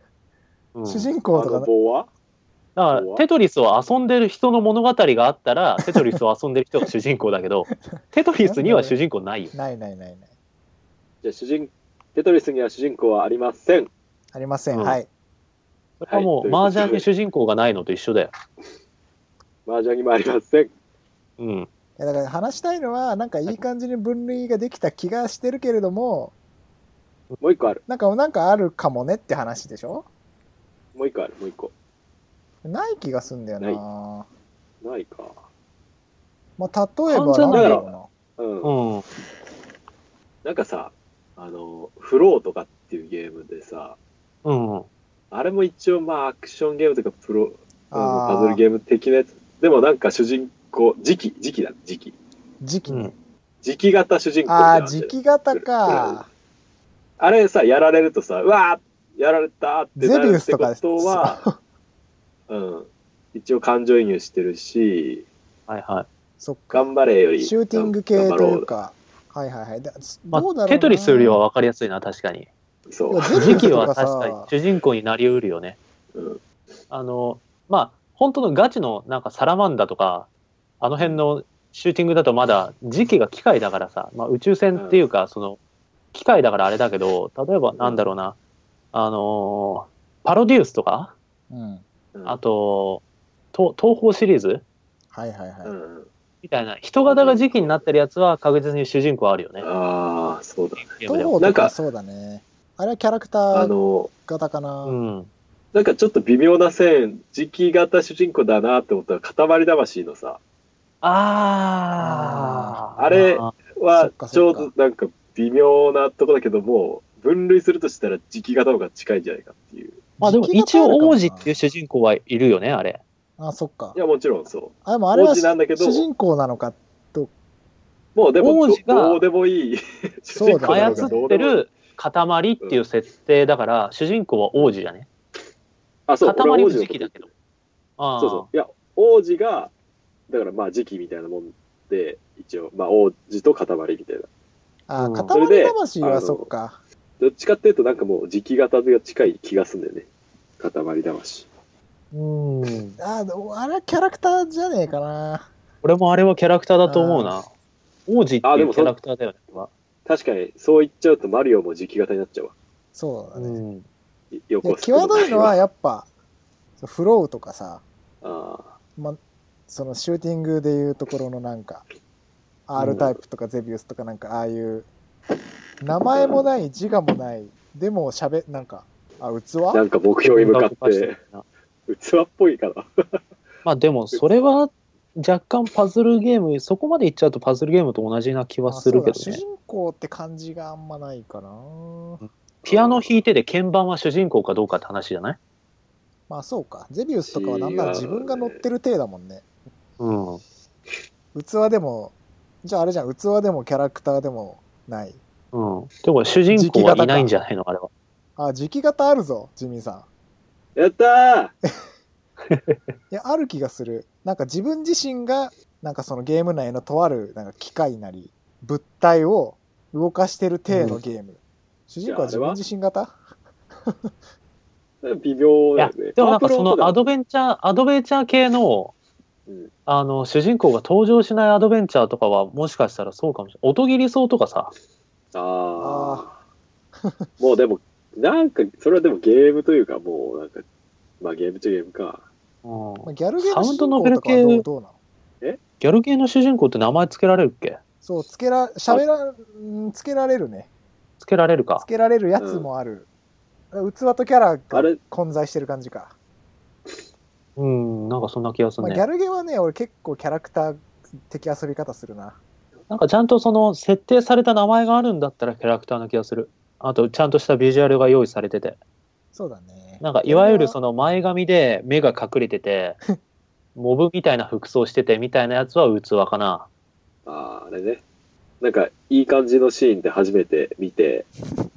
ん。うん、
主人
あ
公と
の
か、
棒は
だから
怖っ
テトリスを遊んでる人の物語があっ たらテトリスを遊んでる人が主人公だけどテトリスには主人公ないよ
ないないないない。
じゃあ主人、テトリスには主人公はありません。
ありません。
うん
はい。
それはも
は
う
いということで
麻雀に主人公がないのと一緒だよ
麻雀にもありません。
うん
いやだから話したいのは、なんかいい感じに分類ができた気がしてるけれども、
もう一個ある。
なんか、なんかあるかもねって話でしょ
もう一個ある。もう一個。
ない気がすんだよな。
ないないか。
まあ、例えば
完
な
全
ん
な
だ
やろ
ろうな。
うん。
うん
なんかさ、あの、フローとかっていうゲームでさ、
うん
あれも一応まあアクションゲームとかプロ、
あー
パズルゲーム的なやつ。でもなんか主人公、時期、時期だ、時期。
時期ね。
時期型主人公みたいな
ああ、
のるじゃん
時期型か。
あれさ、やられるとさ、うわーやられたってな
ゼビ
る
ウ
っ
ス
て
と
こ
か
と は、うん。一応感情移入してるし、
はいは
そっか。
頑張れより。
シューティング系
頑張
と
ろ
いうか。はいはいはい。だ
い、ま
どうだろうな
あ、テトリスよりは分かりやすいな確かに
そ
いうや。
時期は確かに
さ
主人公になりうるよね
うん
あのまあ本当のガチのなんかサラマンダとかあの辺のシューティングだとまだ時期が機械だからさ、まあ、宇宙船っていうか、その機械だからあれだけど例えばなんだろうな、あのーパロディウスとか
うん。
うん
あとと東宝シリーズ
はいはいはい。
うんうん
みたいな人型が時期になってるやつは確実に主人公あるよね。
ああ、そうだ。
ゲームで
東
は
な
方と
んか
かそうだね。あれはキャラクタ
あ
ー
の、
型かな。
うん、
なんかちょっと微妙な線、時期型主人公だなって思ったら、塊魂のさ、
あー
あれ
そっ
は
かそっか、
ちょうどなんか微妙なとこだけども、分類するとしたら時期型の方が近いんじゃないかっていう。
まあでも
時
一
期型
応
あるかもな
王子っていう主人公はいるよねあれ
あ、そっか
い。や、もちろんそう。
あ、でもあれは
王子なんだけど
主人公なのか。
もうでも
王
ど
子が
どうでもいい主人公
そうだ
なん
ね
か
操
ど
っ
うで
て
もいい
る塊っていう設定だから、主人公は王子じゃね
あそう
塊
俺
も
王子の
時
こと
期だけどああ
そうそういや王子がだからまあ時期みたいなもんで一応まあ王子と塊みたいな
あ、
うん
それ
塊
で
魂
あ
は
の
そっか。
どっちかっていうとなんかもう時期型が近い気がするんだよね塊魂
うん
あ、でもあれはキャラクターじゃねえかな。
俺もあれはキャラクターだと思うな王子って
あ
い
で
う
も
キ
そ
ャラクターだよね
確かにそう言っちゃうとマリオも時期型になっちゃうわ
そうだね。
うん
い
い
横
や、
須賀
際どいのはやっぱ、そうフローとかさ、
あ
ま、そのシューティングでいうところのなんか、R タイプとかゼビウスとかなんかああいう、名前もない、自我もない、でも喋、なんか、あ、
あな
器
んか目標に向かっ
音楽化して
て
るな
器っぽいから
まあでもそれは若干パズルゲームそこまでいっちゃうとパズルゲームと同じな気は
あ
す
そう
るけ
だ
ど
主
ね
人公って感じがあんまないかな。
ピアノ弾いてで鍵盤は主人公かどうかって話じゃない
まあそうか。ゼビウスとかはなんなら自分が乗ってる体だもんね。
うん
器でも、じゃああれじゃん、器でもキャラクターでもない。
うん、でも主人公はいないんじゃないのあれは。
あ、時期型あるぞ、ジミーさん。
やったー
いや、ある気がする。なんか自分自身が、なんかそのゲーム内のとある、なんか機械なり、物体を動かしてる体のゲーム。主人公は自分自身型
微妙
い
だ
や
よね
でもなん
パ
か
ープ
そ
ロと
のアドベンチャー、アドベンチャー系の、
うん
あの、主人公が登場しないアドベンチャーとかは、もしかしたらそうかもしれない。音切りそうとかさ、
ああ。もうでも、なんか、それはでもゲームというか、もうなんか、まあゲームとゲームか。
うん
まあギャルゲーの主
サウン
人
ドノ
公
ベ
と
ル
かは
系
どうどうなの
ギャル系の主人公って名前つけられるっけ
そう、つけら、喋ら、うんつけられるね。
つけられるか
つ。けられるやつもある。器とキャラ
あ
が
れ
混在してる感じか。
うん、なんかそんな気がす
ま
る
あ、
ね。
ギャルゲーはね、俺結構キャラクター的遊び方するな。
なんかちゃんとその、設定された名前があるんだったらキャラクターな気がする。あと、ちゃんとしたビジュアルが用意されてて。
そうだね。
なんかいわゆるその前髪で目が隠れ てて、モブみたいな服装しててみたいなやつは器かな。
ああ、あれね。なんか、いい感じのシーンで初めて見て、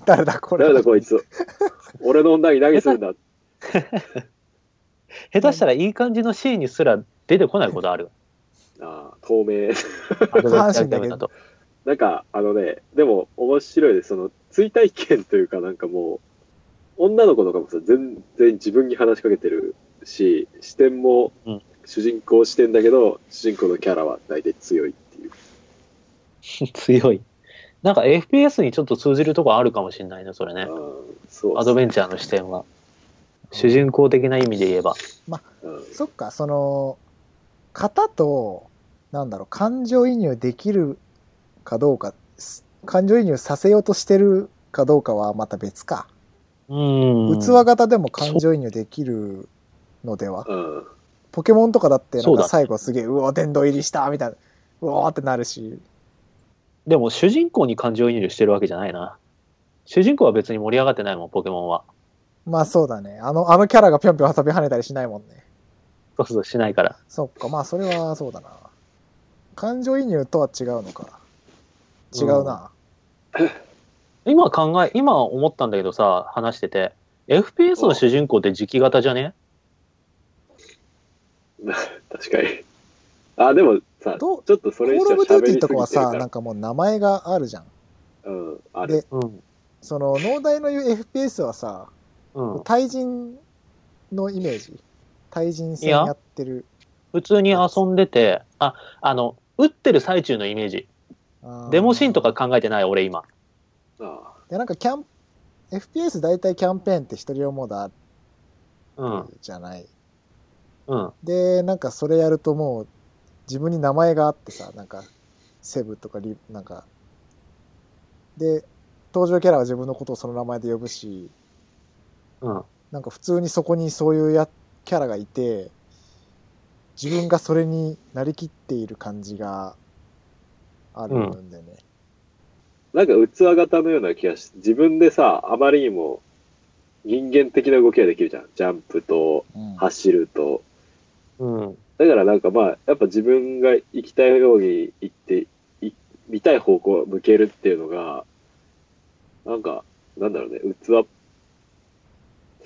誰だこれ。
なんだこいつ、俺の女に投げするんだ。
下手したらいい感じのシーンにすら出てこないことある。
ああ、透明。
アドベンチャーゲームだと。
なんか、あのね、でも面白いです。その、追体験というか、なんかもう、女の子とかもさ、全然自分に話しかけてるし、視点も
うん
主人公視点だけど、主人公のキャラは大体強いっていう。
強い。なんか FPS にちょっと通じるとこあるかもしれないね、それ
あ
ね。
ーそう
アドベンチャーの視点は。主人公的な意味で言えば。
うん
そっか、その、型と、なんだろう、感情移入できるかどうか、す感情移入させようとしてるかどうかはまた別か。
うん。
器型でも感情移入できるのでは
うん
ポケモンとかだって、な
そ
ん
う
か
だ
最後すげえ、うお、殿堂入りしたみたいな、うおーってなるし、
でも主人公に感情移入してるわけじゃないな。主人公は別に盛り上がってないもん、ポケモンは。
まあそうだね。あの、あのキャラがぴょんぴょん飛び跳ねたりしないもんね。
そうそう、しないから。
そっか、まあそれはそうだな。感情移入とは違うのか。違うな。
今考え、今思ったんだけどさ、話してて。FPS の主人公って時期型じゃね
確かに。あ、でもさ、ち
ど
ょ
う
っとそれ以
コー
上
ル・オブ・デュー
喋
ティ
りすぎて
ーとか
る
はさ、
か
なん
ら。
かもう名前があるじゃん。
うん、あ
で
れ。
うん。
その、農大の言う FPS はさ、
うん。
対人のイメージ。対人戦
いや
やってる。
普通に遊んでて、あ、あの、打ってる最中のイメージ。
あ
デモシーンとか。考えてない、俺今。
あ
で、なんかキャン、FPS 大体キャンペーンって一人モーダ
うん。
じゃない。
うん。
で、なんかそれやるともう、自分に名前があってさ、なんか、セブとかリ、なんか、で、登場キャラは自分のことをその名前で呼ぶし、
うん。
なんか普通にそこにそういうやキャラがいて、自分がそれになりきっている感じがあるんだよね。
なんか器型のような気がし、自分でさ、あまりにも人間的な動きができるじゃん。ジャンプと
うん
走ると。
うん。
だからなんかまあ、やっぱ自分が行きたいように行って、い見たい方向を向けるっていうのが、なんか、なんだろうね、器、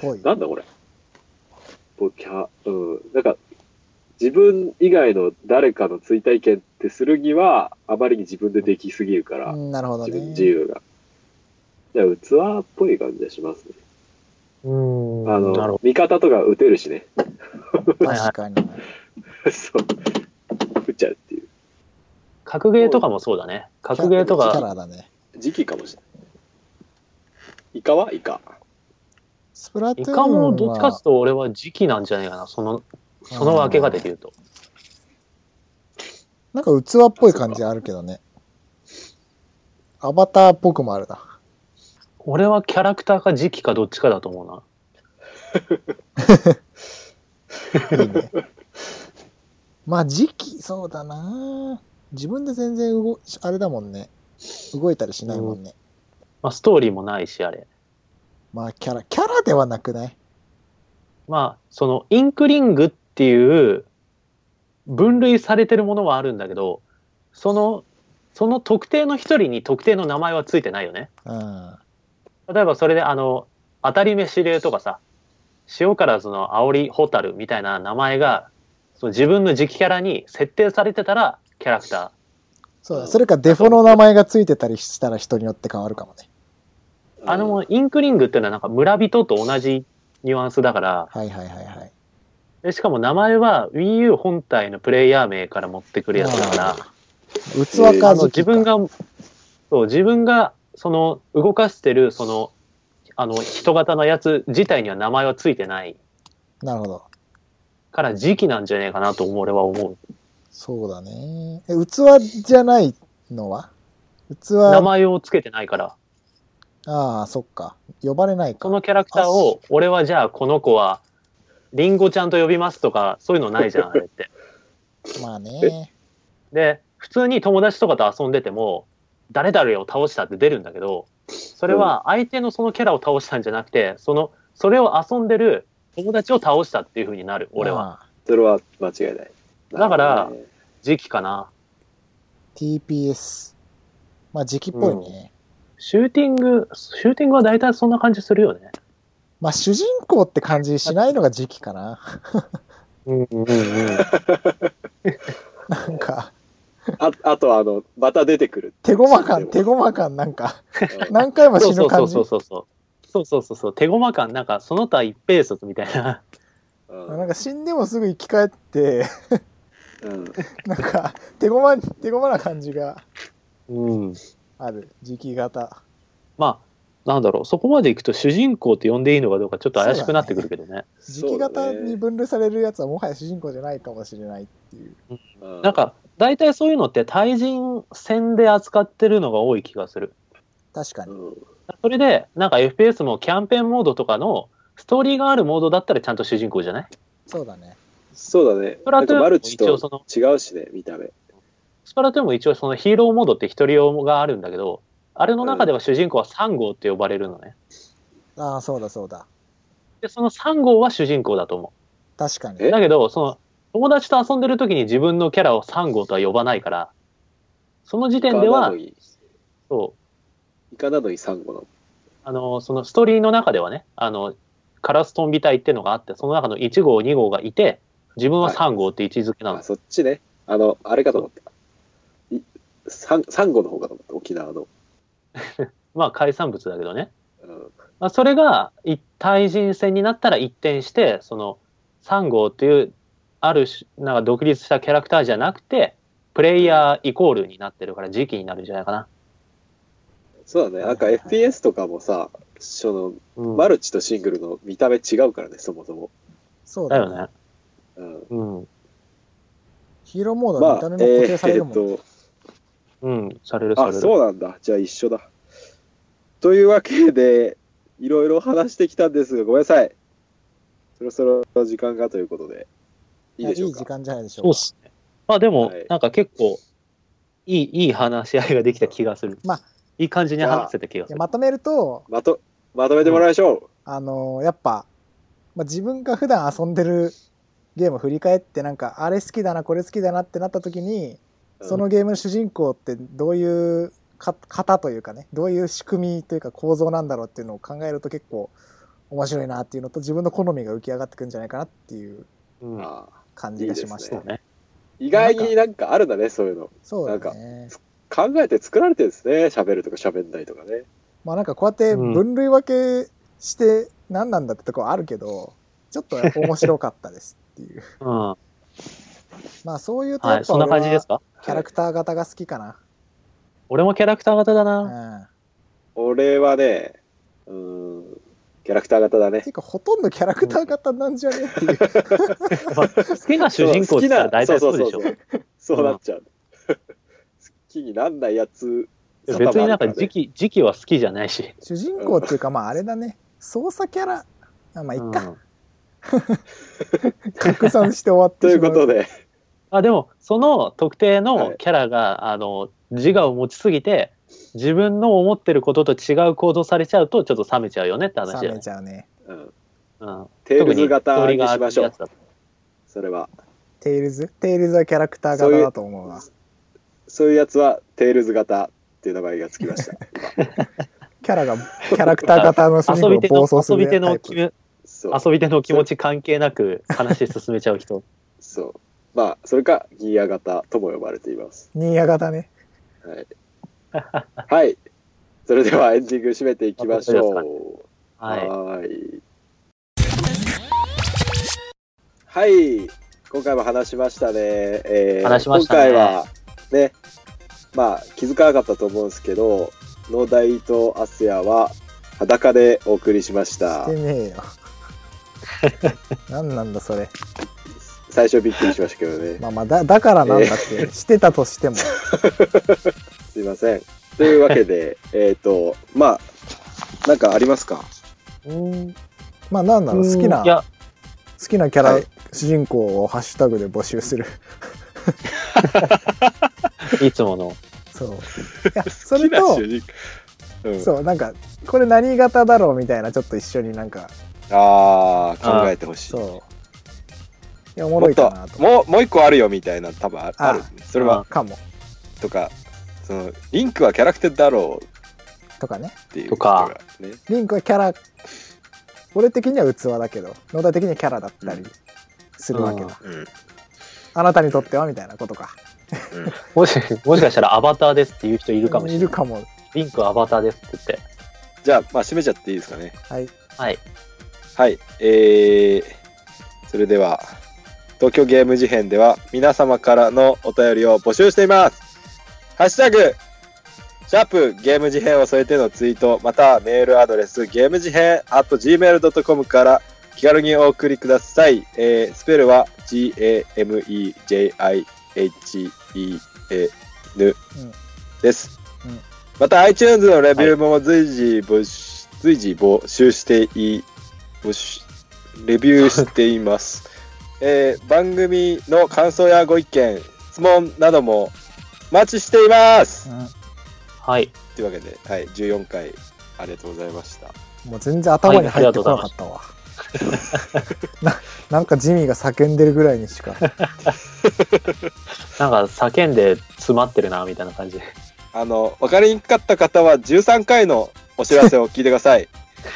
ぽい。
なんだこれ。ポキャ、うん。なんか、自分以外の誰かの追体験ってするには、あまりに自分でできすぎるから、
うんなるほど
自分
ね
自。由が。じゃあ器っぽい感じがしますね。
うん。
あ
なる
の
ほ、
味方とか打てるしね。
確かに。
そう。打っちゃうっていう。
ど。格ゲーとかもそうだね。格ゲーと
キャ
か、
ラだね。
時期かもしれない。イカはイカ。
スプラト
イ
ゥーン
カ
は。
もどっちかっていうと俺は時期なんじゃないかな。その、その分けができると。
なんか器っぽい感じあるけどね。アバターっぽくもあるな。
俺はキャラクターか時期かどっちかだと思うな。
いい ね。まあ時期、そうだな自分で全然動、あれだもんね。動いたりしないもんね。
まあ、ストーリーもないし、あれ。
まあキャラ、キャラではなくない
まあ、その、インクリングっていう、分類されてるものはあるんだけど、その、その特定の一人に特定の名前はついてないよね。
うん。
例えばそれで、あの、当たり飯流とかさ、塩からその、煽りホタルみたいな名前が、その自分の直キャラに設定されてたら、キャラクタ
そうだ。それかデフォの名前がついてたりしたら人によって変わるかもね。
ー。あの、インクリングっていうのはなんか村人と同じニュアンスだから、
はいはいはいはい。
でしかも名前は Wii U 本体のプレイヤー名から持ってくるやつだから、
器か
あの
時期
自
か
分が、そう、自分が、その、動かしてる、その、あの、人型のやつ自体には名前はついてない
なるほど。
から、時期なんじゃねえかなと思う、俺は思う。
そうだね。え、器じゃないのは器、
名
あ
前をつけてないから、
あ、そっか。呼ばれないか
こ。のキャラクターを、俺はじゃあ、この子は、リンゴちゃんと呼びますとか、そういうのないじゃん、あれって。
まあね。
で、普通に友達とかと遊んでても、誰々を倒したって出るんだけど、それは相手のそのキャラを倒したんじゃなくて、その、それを遊んでる友達を倒したっていう風になる、俺は。
まあ。
それは間違いない。
だか
な
ら
るほどね
時期かな。
TPS。まあ時期っぽいね。
シューティング、シューティングは大体そんな感じするよね。
まあ主人公って感じしないのが時期かな。
うんうんうん。
なんか、
ああとはあの、また出て くる。
手駒感、
で
手
も
駒感なんか、
うん
何回も
そう
死
そ
ぬ
うそ
感
う
じ
そ。うそう。そうそうそうそう。手駒感、なんかその他一ペースみたいな。
うん
なんか死んでもすぐ生き返って、
うん
なんか手ごま、手ごまな感じが
うん。
ある。時期型。
まあ、なんだろう、そこまで行くと主人公って呼んでいいのかどうかちょっと怪しくなってくるけどね。
時期型に分類されるやつはもはや主人公じゃないかもしれないっていう。
なん、か、大体そういうのって対人戦で扱ってるのが多い気がする。
確か
そうだねう
に。
ん
それで、なんか FPS もキャンペーンモードとかのストーリーがあるモードだったらちゃんと主人公じゃない
そうだね。
そうだね
ス。プ
な
ラ
ん
ト
か
ゥー
マ
ンも
ルチ
一
と
応その、
違うしね、見た目。
スプラトゥーンも一応そのヒーローモードって一人用があるんだけど、あれの中では主人公は3号って呼ばれるのね。
ああ、そうだそうだ。
で、その3号は主人公だと思
確かに。
う。
え
だけど、その、友達と遊んでる時に自分のキャラを3号とは呼ばないから、その時点で
イカな
は
の、に、
そう、
イカなのにサンゴなの。
あの、そのストーリーの中ではね、あの、カラストンビ隊っていうのがあって、その中の1号、2号がいて、自分は3号って位置づけなの。
あ、そっちね。あの、あれかと思った。いサンサンゴの方かと思った、沖縄の。
まあ、海産物だけどね。
うん
まあ、それが、一対人戦になったら一転して、その、3号っていう、ある種、なんか独立したキャラクターじゃなくて、プレイヤーイコールになってるから、時期になるんじゃないかな。
そうだね。なんか
はいはい
FPS とかもさ、その、
うん、
マルチとシングルの見た目違うからね、そもそも。
そう
だ
だね。
よね。
うん、
うん。
ヒーローモード
ま
は
あ
見た目、も
え
固
ー
定
っ
されるもんね、
と、
うん。される、され
あ、
る。
そうなんだ。じゃあ一緒だ。というわけで、いろいろ話してきたんですが、ごめんなさい。そろそろ時間がということで、いいでしょ
いうやいい時
か。
間じゃないでしょ
そう
う
っ
か。
すね。まあでも
はい、
なんか結構、いい、いい話し合いができた気がする。
まあ、
いい感じに話せた気が
い
す
や
る。
まとめると、
まと、まとめてもらいましょ
あのーやっぱ、まあ、自分が普段遊んでるゲームを振り返ってなんかあれ好きだなこれ好きだなってなった時に
う。
そのゲームの主人公ってどういうか型というかねどういう仕組みというか構造なんだろうっていうのを考えると結構面白いなっていうのと自分の好みが浮き上がってくんじゃないかなっていう
うん
あー
感じがしました
いい
ですね
意外になんかあるんだね、そういうの。
そうだ
な
ね
考えて作られてるんですね。喋るとか喋んないとかね。
まあなんかこうやって分類分けして何なんだってとこはあるけどちょっとやっぱ面白かったですっていう
うん。は
まあそういうとや
い、
っぱ
そんな
俺
感じで
は
すか
キャラクター型が好きかな、
俺もキャラクター型だな。
うん
俺はね、うーん、キャラクター型だね
て。いうかほとんどキャラクター型なんじゃねっていう。
まあ好きな主人公って言ったら大体そうでしょ。
そうそうなっちゃう。 好きになんないやつ、
別になんか時
期。
期、時期は好きじゃないし。
主人公っていうかまああれだね操作キャラあまあいっ
う
か、
ん
拡散して終わって
とい
し
う
ま
こと
う
で、
あでも、その特定
は
の
い
キャラが、あの、自我を持ちすぎて、自分の思ってることと違う行動されちゃうと、ちょっと冷めちゃうよねって話だ
冷
よ
め
ね。
ちゃうね
うん、
うん。
テー
特
ル
に
ズ型にしましょ
や
う
つ。だと
それは。
テイルズテイルズはキャラクター型だと思うわ
そういうやつは、テールズ型っていう名前がつきま した。
キャラがキャラクター型の主人
遊び手
公
の
を暴走す
遊
るタ
び
イプ
手の気分
そう。
遊び手の気持ち関係なく話進めちゃう人。
そう。まあ、それか、ギア型とも呼ばれています。
ニーヤ型ね
はい。はい。それでは、エンディング締めていきまし
あ
ょ
そうですかね
う。
はい。
はーい。はい。今回も話しましたね。えー
話しましたね
今回は、ね、まあ、気づかなかったと思うんですけど、農大とアスヤは裸でお送りしました
して。ねえよ何なんだそれ
最初びっくりしましたけどね。
まあまあだだからなんだって、してたとしても
すいません。というわけ で、えっと、まあ、なんかありますか
まあなんだろう好きない
や、
好きなキャラ、
はい
主人公をハッシュタグで募集する
いつもの。
そういやそれと
人うん、
そうなんかこれ何型だろうみたいなちょっと一緒になんか
ああ、考えてほしい。
そういやおも
も
ろ
っ
いか
と
なと
もうもう一個あるよみたいな多分ああるねそれは
かも
とかそのリンクはキャラクターだろう
とか
っ
ね
ていう人
と
が
か
ね
リンクはキャラ俺的には器だけど野田的にはキャラだったりするわけだ、
うん
うん
あなたにとってはみたいなことか
もし、もしかしたらアバターですっていう人いるかもしれ
い
な
る
い。
かも
リンクアバターですって言って。
じゃあまあ締めちゃっていいですかね
はい
はい。
はいえーそれでは東京ゲーム事変では皆様からのお便りを募集していますハッシュタグシャープゲーム事変を添えてのツイートまたはメールアドレスゲーム事変 at gmail.com から気軽にお送りください、えースペルは GAMEJIHEAN です、
うん
また iTunes のレビューも随時募集、随時募集してい募集レビューしていますえー番組の感想やご意見、質問などもお待ちしています、
はい。
というわけで、はい、14回ありがとうございました。
もう全然頭に入ってこなかったわ。 ななんかジミーが叫んでるぐらいにしか。
なんか叫んで詰まってるな、みたいな感じ。
あの、わかりにくかった方は13回のお知らせを聞いてくだ さい。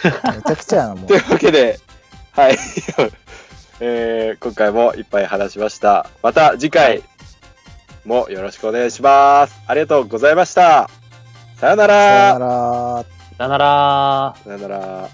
めちゃくちゃやな、もう
とい。うわけで、はい、 えー今回もいっぱい話しました。また次回もよろしくお願いします。ありがとうございました。さよな
さ
ら
よな。ら。
さよなら
さよなら。